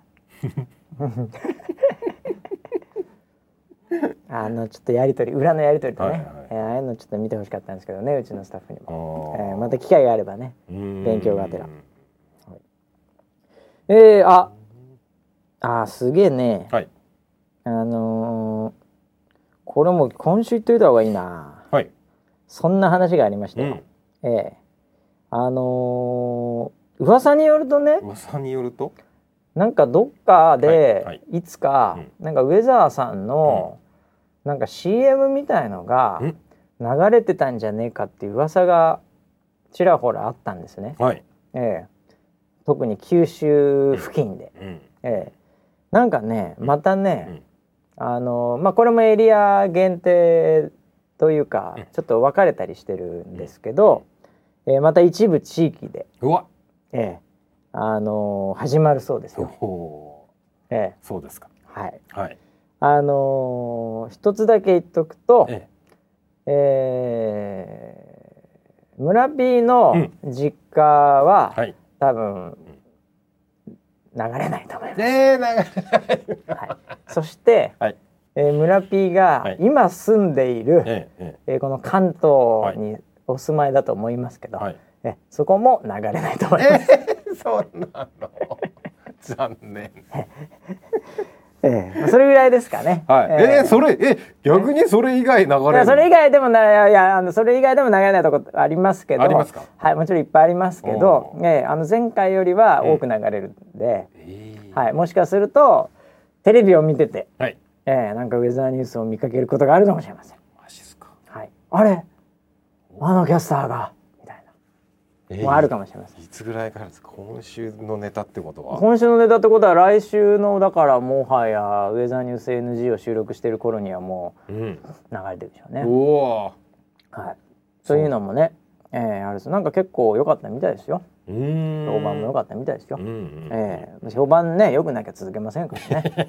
あのちょっとやり取り裏のやり取りとね、はいはいえーああいうのちょっと見てほしかったんですけどねうちのスタッフにー。も、えおーまた機会があればねー勉強がてらうんえー、ああーすげえねはいあのーこれも今週言っといた方がいいなはい。そんな話がありまして、うん。ええあのー噂によるとね、噂によると。なんかどっかはいはでいいつかなんかウェザーさんのなんか CM みたいのがうん流れてたんじゃねえかっていう噂がちらほらあったんですね。はい。ええ、特に九州付近で、うん。ええ、なんかねまたうんねあのまあこれもエリア限定というかうんちょっと分かれたりしてるんですけど、ええまた一部地域で、うわ。ええ、あの始まるそうですおよ。おええ、ー。そうですか。はいはい。あのー一つだけ言っとくと、ええー、村 B の実家は、え。はい。多分流れないと思います。ねえ流れない。そして、はいえー村 P はがい今住んでいる、ええええーこの関東にお住まいだと思いますけえど、はい。えそこも流れないと思います。ええ [LAUGHS] そうなの。 [LAUGHS] 残念。ええそれぐらいですかね。はい。ええええそれえ逆にそれ以外流いれやる。それ以外でもないいやあのそれ以外でも流れないとこありますけどありますかはいもちろんいっぱいありますけどお、ええあの前回よりは多く流れるんで、ええはい、もしかするとテレビを見てて、はい。ええなんかウェザーニュースを見かけることがあるかもしれません、マジですか。はい、あれあのキャスターがみたいえなもうあるかもしれません、いつぐらいからですか今週のネタってことは今週のネタってことは来週のだからもはやウェザーニュース NG を収録している頃にはもうんう流れてるでしょうねおおはい、そういうのもねええあれですなんか結構良かったみたいですようーん評判も良っかったみたいですよ、うんうんええ評判ね良くなきゃ続けませんから [LAUGHS] ね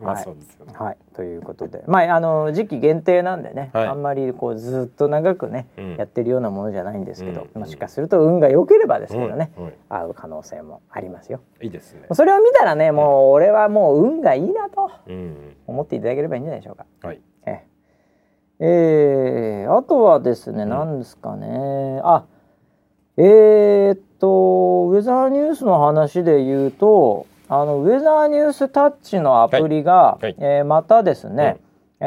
まあそうですよね、はいということでまああの時期限定なんでね、はいあんまりこうずっと長くね、うんやってるようなものじゃないんですけど、うんもしかすると運が良ければですけどね、うんうん合う可能性もありますよいいですねそれを見たらねもう俺はもう運がいいなとうんうん思っていただければいいんじゃないでしょうかはいえええーあとはですね、んなんですかね。あ、えーっと、ウェザーニュースの話で言うと、あのウェザーニュースタッチのアプリが、いはいえーまたですね、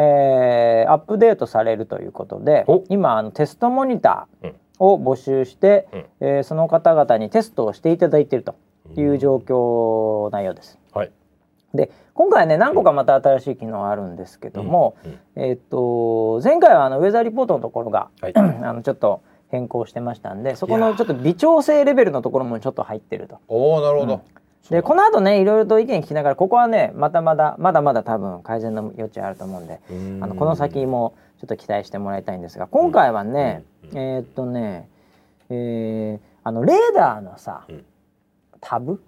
えーアップデートされるということでお、今あのテストモニタうんーを募集して、うんえーその方々にテストをしていただいているという状況内容です。はいで今回ね何個かまた新しい機能あるんですけども、うんうんえーっと前回はあのウェザーリポートのところがはいあのちょっと変更してましたんでそこのちょっと微調整レベルのところもちょっと入ってると。おおなるほど、うんでこの後ねいろいろと意見聞きながらここはねまだまだまだまだ多分改善の余地あると思うんであのこの先もちょっと期待してもらいたいんですが今回はね、うんえーっとねえーあのレーダーのさ、うんタブ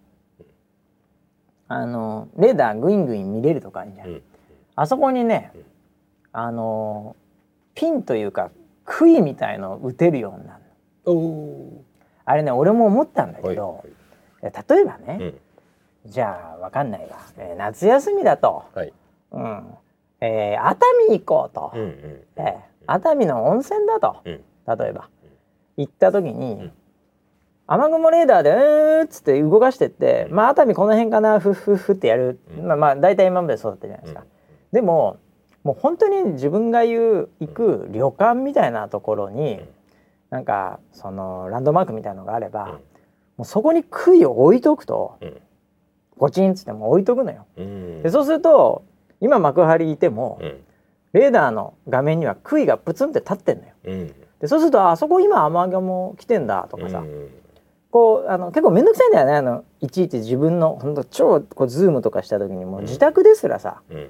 あのレーダーグイングイン見れるとかあるじゃん、うんあそこにね、んあのピンというか杭みたいの打てるようになるのおおあれね俺も思ったんだけど、はいえ例えばね、うんじゃあわかんないわ、えー夏休みだと、はいうんえー熱海行こうと。うんうんええ熱海の温泉だとうん例えば行った時に、ん雨雲レーダーで「うー」っつって動かしてって、まあ熱海この辺かなふっふっふってやる、うんまあまあ大体今までそうだったじゃないですか。うんでももう本当に自分が言う行く旅館みたいなところに、うんなんかそのランドマークみたいのがあれば、うんもうそこに杭を置いとくとうんゴチンっつってもう置いとくのよ。うんでそうすると今幕張いても、うんレーダーの画面には杭がプツンって立ってんのよ。うんでそうするとああそこ今雨雲来てんだとかさ、うんこうあの結構面倒くさいんだよねあのいちいち自分の本当超こうズームとかした時にもううん自宅ですらさ、うん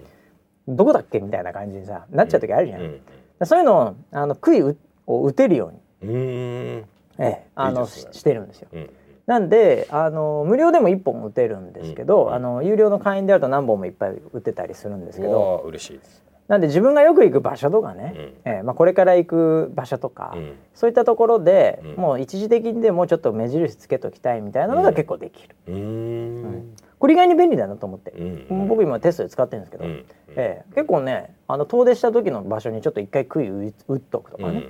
どこだっけみたいな感じにさなっちゃう時あるじゃん、うんそういうのをあの杭うを打てるように、うーんええ、あいのいですねししてるんですよ。うんなんであの無料でも1本打てるんですけど、うんあの有料の会員であると何本もいっぱい打てたりするんですけどおー嬉しいですなんで自分がよく行く場所とかね、うんええまあ、これから行く場所とか、うんそういったところで、うんもう一時的にでもうちょっと目印つけときたいみたいなのが結構できる、うーんこれ意外に便利だなと思って、うん僕今テストで使ってるんですけど、うんええ結構ねあの遠出した時の場所にちょっと一回杭打打っとくとうんかうね、ん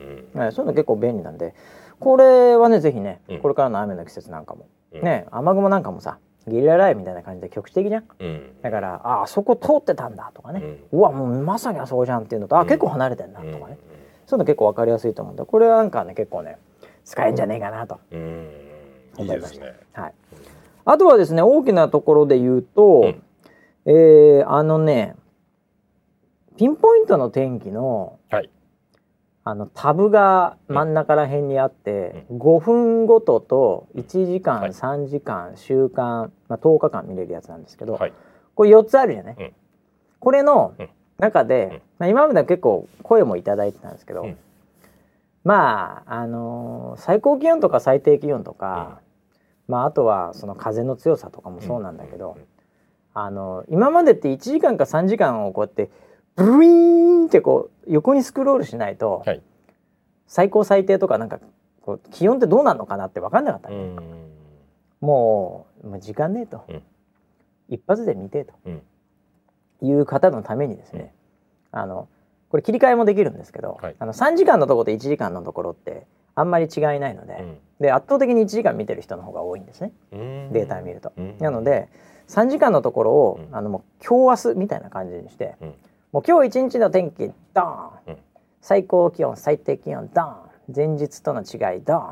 ええそういうの結構便利なんでこれはねぜひねうんこれからの雨の季節なんかも、うんね雨雲なんかもさゲリラ雷雨みたいな感じで局地的じゃんうんだからああそこ通ってたんだとかね、うわもうまさにあそこじゃんっていうのとあ結構離れてんなとかね、そういうの結構わかりやすいと思うんでこれはなんかね結構ね使えんじゃねえかなと。うんうんいいですねはい、あとはですね大きなところで言うと、えーあのねピンポイントの天気のはいあのタブが真ん中ら辺にあって、5分ごとと1時間、はい3時間週間、まあ、10日間見れるやつなんですけど、はいこれ4つあるじゃね、うんこれのうん中で、うんまあ、今までは結構声もいただいてたんですけど、うんまああのー最高気温とか最低気温とか、まああとはその風の強さとかもそうなんだけど、あのー今までって1時間か3時間をこうやってブルイーンってこう横にスクロールしないと、はい最高最低とかなんかこう気温ってどうなのかなって分かんなかったうね、んもうもう時間ねえと、うん一発で見てえと、うんいう方のためにですね、あのこれ切り替えもできるんですけど、はいあの3時間のところと1時間のところってあんまり違いないので,、で圧倒的に1時間見てる人の方が多いんですねうんデータ見ると。うんなので3時間のところを、うんあのもう今日明日みたいな感じにして、うんもう今日一日の天気ドーン、うん最高気温最低気温ドーン前日との違いドーン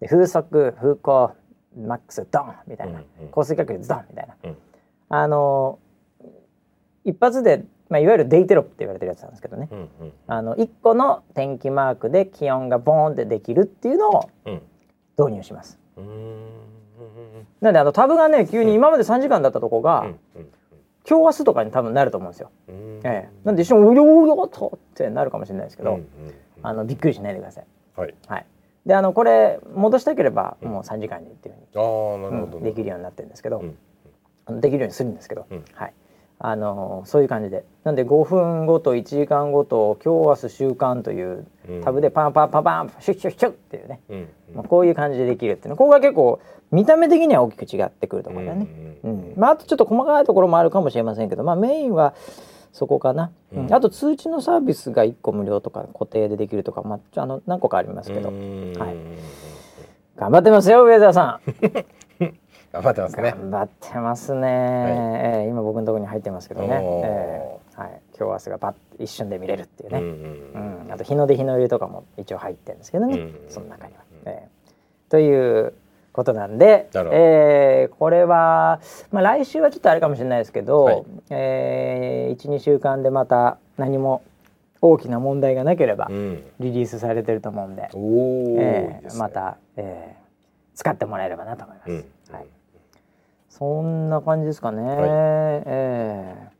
で風速風向マックスドーンみたいな、うんうん降水確率ドーンみたいな、うんあの一発で、まあ、いわゆるデイテロップって言われてるやつなんですけどね、うんうんあの1個の天気マークで気温がボーンってできるっていうのをうん導入します。うんなんであのタブがね急に今まで3時間だったとこが、うんうん今日明日とかに多分なると思うんですよ。うんええ、なんで一瞬「およおよっと」ってなるかもしれないですけど、うんうんうんあのびっくりしないでください。はいはい、であのこれ戻したければもう3時間にっていうああなふうに、るほど、うんできるようになってるんですけど、うんあのできるようにするんですけど、うんはいあのそういう感じでなんで5分ごと1時間ごと今日明日週間といううんタブでパンパンパンパンシュッシュッシュッっていうね、うんうんまあ、こういう感じでできるっていうのここが結構見た目的には大きく違ってくるところだよね。ううんんまあ、あとちょっと細かいところもあるかもしれませんけど、まあ、メインはそこかな、うんうんあと通知のサービスが1個無料とか固定でできるとか、まあちょ、あの何個かありますけど、うんはい頑張ってますよウェザーさん頑張ってますね頑張ってますね、えー今僕のところに入ってますけどね、おーえーはい、今日明日がパッと一瞬で見れるっていううね、んううんんあと日の出日の入りとかも一応入ってるんですけどね、うんその中には。うんえーということなんで、なるほどえーこれは、まあ、来週はちょっとあれかもしれないですけど、はいえ12週間でまた何も大きな問題がなければうんリリースされてると思うんで、おお、いえーいですねまた、えー使ってもらえればなと思います。うんはいそんな感じですかね。はいえー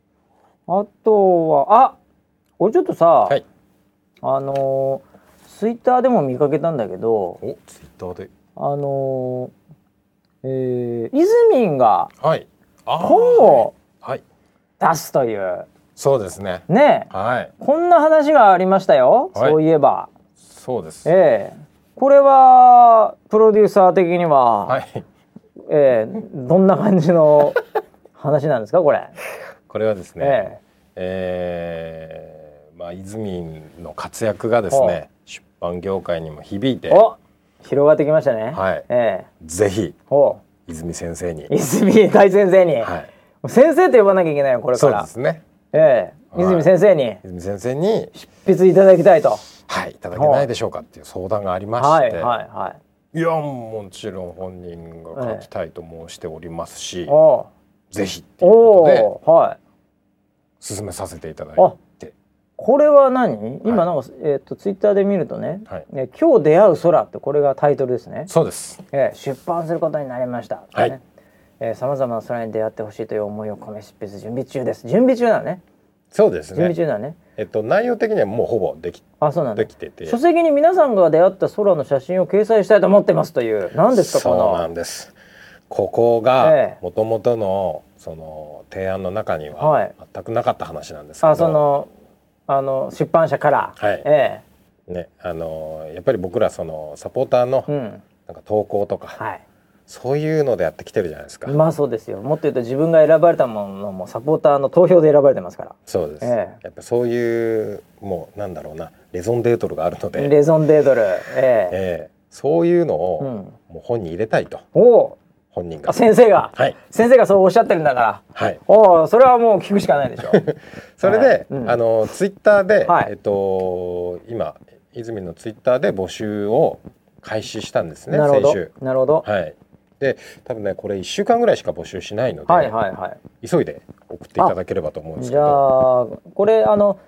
あとはあ俺ちょっとさ、はいあのーツイッターでも見かけたんだけどおツイッターであのーえー、イズミンがはいあー本をはい出すというそうですねねはいこんな話がありましたよ、はいそういえば、そうですええこれはプロデューサー的には、はいええどんな感じの話なんですかこれ、これはですね、ええーまあ、泉の活躍がですはね出版業界にも響いてえ、お広がってきましたね、はいええぜひお泉先生に、泉大先生に、はい、先生と呼ばなきゃいけないよこれかそうらですねええはい泉先生に泉先生に、執筆いただきたいと。はい、いただけないでしょうかっていう相談がありましはて、いはいはい。い、やもちろん本人が書きたいと申しておりますし、おぜひっておいうことでおおはい。進めさせていただいてこれは何？今なんか、えっ、とツイッターで見るとね、はいね今日出会う空ってこれがタイトルですね。そうですええ出版することになりました。はいねえさまざまな空に出会ってほしいという思いを込め執筆準備中です。準備中なのね。そうです準備ね中なのね。えっと内容的にはもうほぼできあ、そうなんだで。きてて書籍に皆さんが出会った空の写真を掲載したいと思ってますという。何ですかこそうなの。んですここえがえもともとのその提案の中にははい全くなかった話なんですけど、あ、そのあの出版社から。はいえね、あのやっぱり僕らそのサポーターのえうん。なんか投稿とか、はい。そういうのでやってきてるじゃないですか、まあそうですよもっと言うと自分が選ばれたものもサポーターの投票で選ばれてますかそうです、ええやっぱそういうもうなんだろうなレゾンデートルがあるのら、で、レゾンデードルええええそういうのうをん、もう本に入れたいとおお本人があ先生が、はい先生がそうおっしゃってるんだからはいおおそれはもう聞くしかないでし [LAUGHS] ょそれで、うんあのツイッターで、はいえっと今泉のツイッターで募集を開始したんですねなるほ先ど週なるほど、はいで多分ねこれ1週間ぐらいしか募集しないので、はい、はいはい急いで送っていただければと思うんですけじゃどあこれあの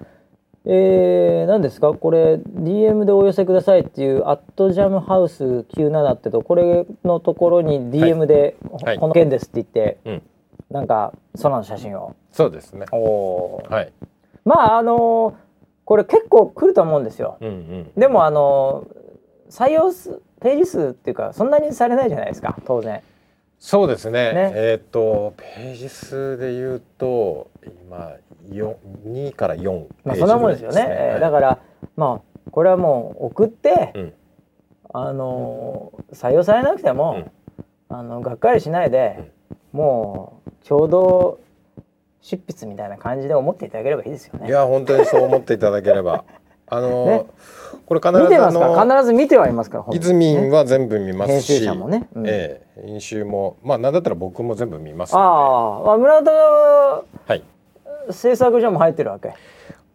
えー、何ですかこれ DM でお寄せくださいっていう「アットジャムハウス97」ってとこれのところに DM で、はいこの件です」って言って、うんなんか空の写真をそうですねおおーはいまああのこれ結構来ると思うんですよ。うんうんでもあの採用数ページ数っていうかそんなにされないじゃないですか当然。そうですねねえっとページ数で言うと今よ2から4ペまーあジそんなもんですよね。えーだらからまあこれはもう送って、うんあの採用されなくても、あのがっかりしないで、もう共同執筆みたいな感じで思っていただければいいですよいね。や本当にそう思っていただければあの、ねこれ必見てずあますかのら必ず見てはいますから本イ当ズにミンは全部見ます編し、集者もね。うんええ編集もまあなんだったら僕も全部見ますのああ、まあ、村田で、はい、製作所も入ってるわけ。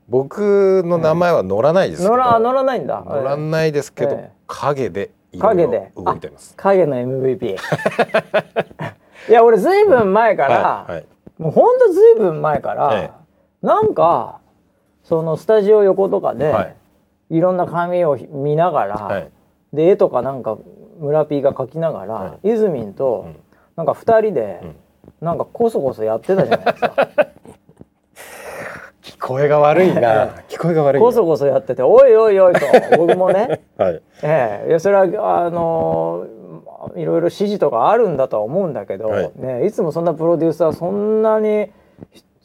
僕の名前は乗らないですけど、乗ら乗らないんだ。乗らないですけど、ええ影でいろい影でろ動いてます。影の MVP。いや俺ずいぶん前から、はい、はい、もうほんとずいぶん前から、えなんかそのスタジオ横とかで、はいい、ろんな紙を見ながら、はい、で絵とかなんか村 P が描きながら、はイズミンと、うんなんか2人で、うん [LAUGHS] なんかこそこそやってたじゃないですか。聞こえが悪いな聞こえが悪いなこそこそやってて「おいおいおい」と [LAUGHS] 僕もね、はいええいやそれはあのーいろいろ指示とかあるんだとは思うんだけど、はいね、いつもそんなプロデューサーそんなに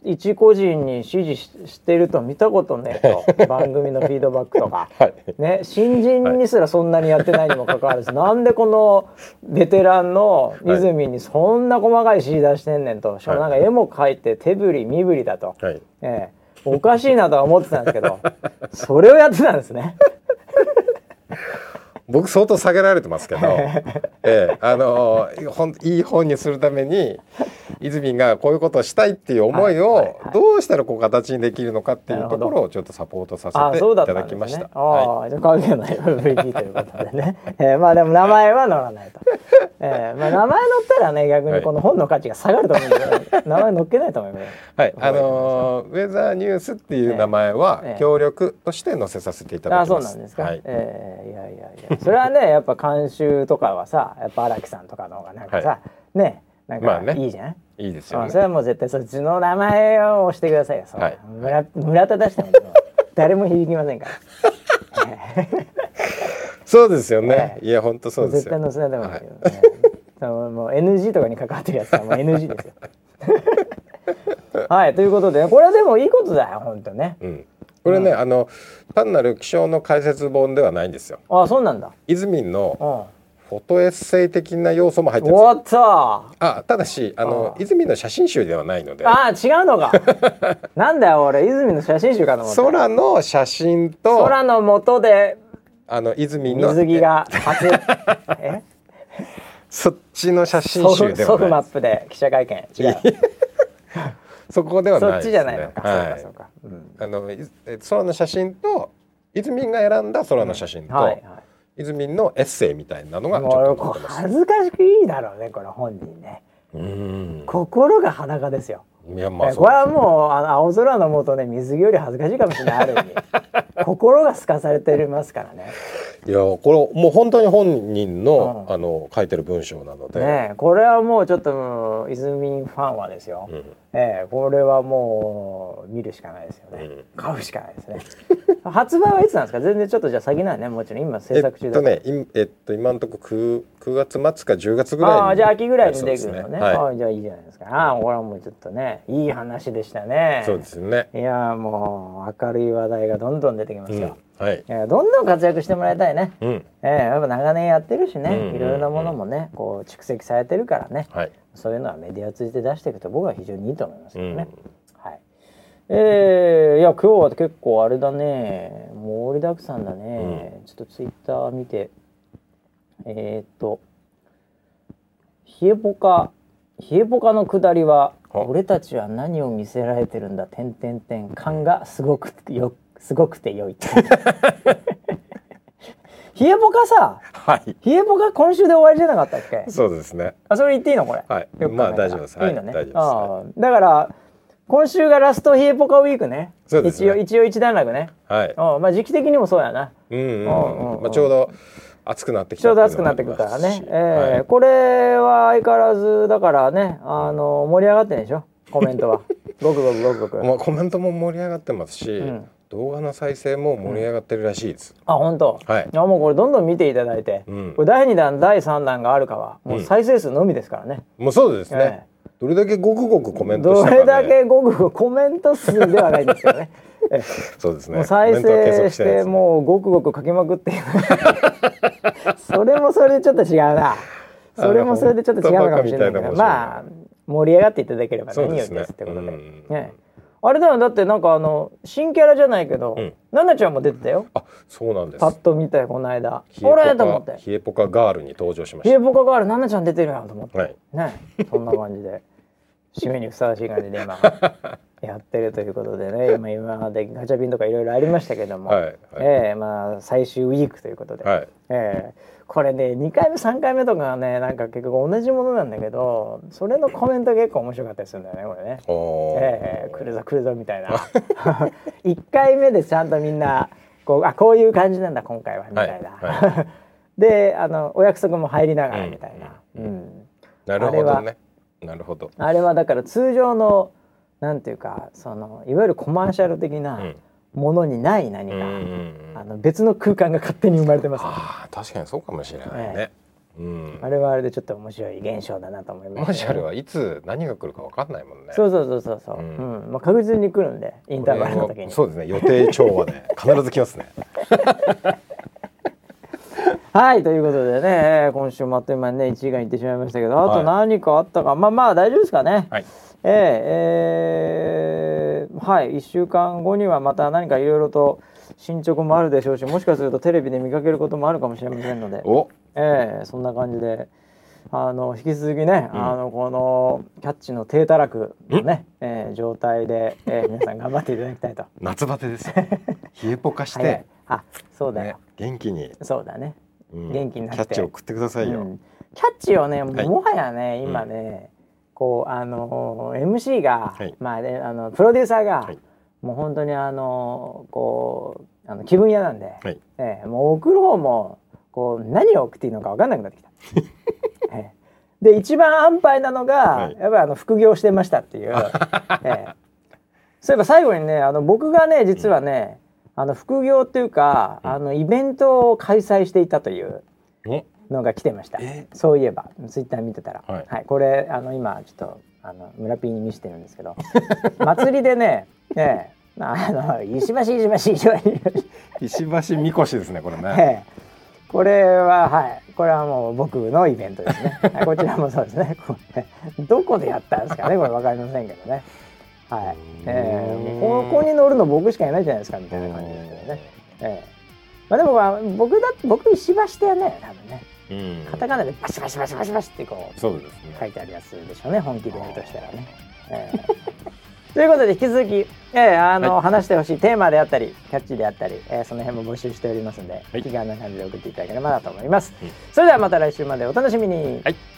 一個人に指示ししてると見たことねえ [LAUGHS] と番組のフィードバックとか。はいね、新人にすらそんなにやってないにもかかわらず、なんでこのベテランの泉にそんな細かい指示出してんねんとしかもなんか絵も描いて手振り身振りだと、はいええおかしいなとは思ってたんですけどそれをやってたんです [LAUGHS] ね。僕相当下げられてます [LAUGHS] けど、ええ、あのほんいい本にするために泉がこういうことをしたいっていう思はいはいいをはいどうしたらこう形にできるのかっていなうるほとどころをちょっとサポートさあせてそうだいったただんきでましすねた。。あはあ、じゃあ関係ない [LAUGHS] VP ということでね。ええまあでも名前は乗らないと。ええまあ名前乗ったらね逆にこの本の価値が下がると思うんで、 [LAUGHS] 名前乗っけないと思います。い、はい、あのウェザーニュースっていう名前ええは協力として載せさせていただあきそうまなす。んですか、はいい、ええいやいやいやそれはねやっぱ監修とかはさやっぱ荒木さんとかの方がなんかさ、はねなんまあかねいいじゃん、いいですあよそれね。はもう絶対そっちの名前を押してくださいよ、そんなはい村村田出しても誰も響きませんからそうですよね。えいや本当 [LAUGHS] そうです絶よ対。載せないと思うけど、ね [LAUGHS] そのもう NG とかに関わってるやつはもう NG ですよ [LAUGHS] はいということでねこれはでもいいことだよほんとね、うん、これね、あの単なる気象の解説本ではないんですよ。ああそうなんだ泉のうん終フォトエッセイ的な要素も入ってるんですよわったあただしあの泉の写真集ではないのでああ違うのか [LAUGHS] なんだよ俺泉の写真集かと思った空の写真と空の下であの泉の水着が [LAUGHS] 初えそっちの写真ソ集フでソフはマなッいプで記者会見違うそこではそなっいちでじゃす、ね、ないのか、はい、そうかそうか、うんあのいえ空の写真と泉が選んだ空の写真と、はいはい泉のエッセイみたいなのがちょっもうこと載ってうます恥ずかしくいいだろうねこれ本人ねうー心が裸ですよ、んいやまあえそこうれはもうあの青空の下で水着より恥ずかしいかもしれないある意 [LAUGHS] 味心が透かされてますからねいやこれもう本当に本人の,、あの書いてる文章なので、ねえこれはもうちょっともう泉ファンはですよ、ええこれはもう見るしかないですよね、うん買うしかないですね発売はいつなんですか全然ちょっとじゃあ先なんねもちろん今制作中えっだとから、ね、いえっと今のとこ九九月末か10月ぐらいにああじゃあ秋ぐらいに出てくるのねはいああじゃあいいじゃないですかああこれはもうちょっとねいい話でしたねそうですね。いやあもう明るい話題がどんどん出てきますうんよ、はい。ええどんどん活躍してもらいたいね、うん。ええやっぱ長年やってるしね、うんうんうんいろいろなものもねこう蓄積されてるからね、はい。そういうのはメディアを通じて出していくと僕は非常にいいと思いますけどね。はい。えー、いや今日は結構あれだね盛りだくさんだね、ちょっとツイッター見てえー、っと「冷えポカ冷えポカの下りはあ俺たちは何を見せられてるんだ」「てんてんてん感がすごくてよすごくて良い」 [LAUGHS] 冷えポカさはい。冷えポカ今週で終わりじゃなかったっけそうですね。あそれ言っていいのこれ。はいよく考えたらまあ大丈夫ですはいいのね。大丈夫ですああだから今週がラストヒエポカウィークね。そうですね一応一応一段落ね。はい。うんまあ時期的にもそうやな。うんうんうんうんうん。まあちょうど暑くなってきちたょっうてどいうのもあり暑ますし。くなってくるからね。ええはいこれは相変わらずだからねあの盛り上がってんでしょコメントは。 [LAUGHS] ごくごくごくごく。まあコメントも盛り上がってますし、ん動画の再生も盛り上がってるらしいです。あ本当。はいやもうこれどんどん見ていただいて、うんこれ第二弾第三弾があるかはもう再生数のみですからね。もうそうですねえ。どれだけごくごくコメントしどたれかだで。けごくごくコメント数ではないんですけ [LAUGHS] どね。ええそうですもうね。再コメントは継生続しないでてすねもうごくごく書きまくっていく [LAUGHS] それもそれでちょっと違うなそれもそれでちょっと違うのかもしれないけあどの本当バカみたいなまあ盛り上がっていただければそう何でよりすねですってことで、うんねあれだよだってなんかあの新キャラじゃないけど、んナナちゃんも出てたよあ、そうなんですパッ。と見たよこの間ヒエポ俺カと思ってヒエポカガールに登場しまヒしエポカがあるナナちゃん出てるやんと思って、た。はい。ねそんな感じで締めにふさわしい感じで [LAUGHS] 今やってるということでね今今までガチャピンとかいろいろありましたけども、はいはいええまあ最終ウィークということで、はいええこれね2回目3回目とかはねなんか結局同じものなんだけどそれのコメント結構面白かったりするんだよねこれね。おーええ来るぞ来るぞみ [LAUGHS] たいな1回目でちゃんとみんなこうあこういう感じなんだ今回はみたいな、はい [LAUGHS] であのお約束も入りながらみたいな、うんなるほあどれね。なるほど。あれはだから通常のなんていうかそのいわゆるコマーシャル的うなんものにない何うんか、うんあの別の空間が勝手に生まれてます、ね、あー確かにそうかもしれないね。うんあ。れはあれでちょっと面白い現象だなと思いまマしジたャね、ルはいつ何が来るか分かんないもんね。そうそうそうそうそう、ううんんまあ、確実に来るんでイインターバルの時にそうですね予定調 [LAUGHS] 和で必ず来ますね。はいということでねえー今週もあっという間にね1位がいってしまいましたけどあはとい何かあったか、まあまあ大丈夫ですかね、はい。えーえーはい1週間後にはまた何かいろいろと進捗もあるでしょうしもしかするとテレビで見かけることもあるかもしれませんので、おえーそんな感じであの引き続きね、うんあのこのキャッチの低たらくのね、えー状態で、えー皆さん頑張っていただきたいと。夏バテです [LAUGHS] よ。冷えぽか [LAUGHS] し早てい、あそうだよ、ね元気に、そうだね。うん元気になってキャッチを送ってくださいよ。うんキャッチをね、はいもはやね今ね、こうあのー MC が、はいまあねあのプロデューサーが、はいもう本当にあのーこうあの気分屋なんで、はい。ええもう送る方もこう何を送っていいのか分かんなくなってき [LAUGHS] た。ええで一番安牌なのが、はいやっぱりあの副業してましたっていう、ええそういえば最後にねあの僕がね実はね、あの副業っていうか、あのイベントを開催していたというおのが来てましたえそういえばツイッター見てたら、はいこれあの今ちょっとあの村ピーに見せてるんですけど祭りでねねあの石橋石橋石橋石橋石橋みこしですねこれね。ええこれははいこれはもう僕のイベントです [LAUGHS] ね、はいこちらもそうですね [LAUGHS] これどこでやったんです [LAUGHS] かねこれ分かりませんけどねはい、ええうんもうここに乗るの僕しかいないじゃないですかみたいな感じですけどね、ええまあ、でも、まあ、僕だ僕石橋だよね多分ねうん。カタカナでバシバシバシバシバシってこうそうですね。書いてあるやつでしょうね本気でやるとしたらね。えー [LAUGHS] ということで引き続き、えーあのは話してほしいテーマであったりキャッチであったり、えーその辺も募集しておりますので、はい気軽な感じで送っていただければなと思います。うんそれではまた来週までお楽しみに。はい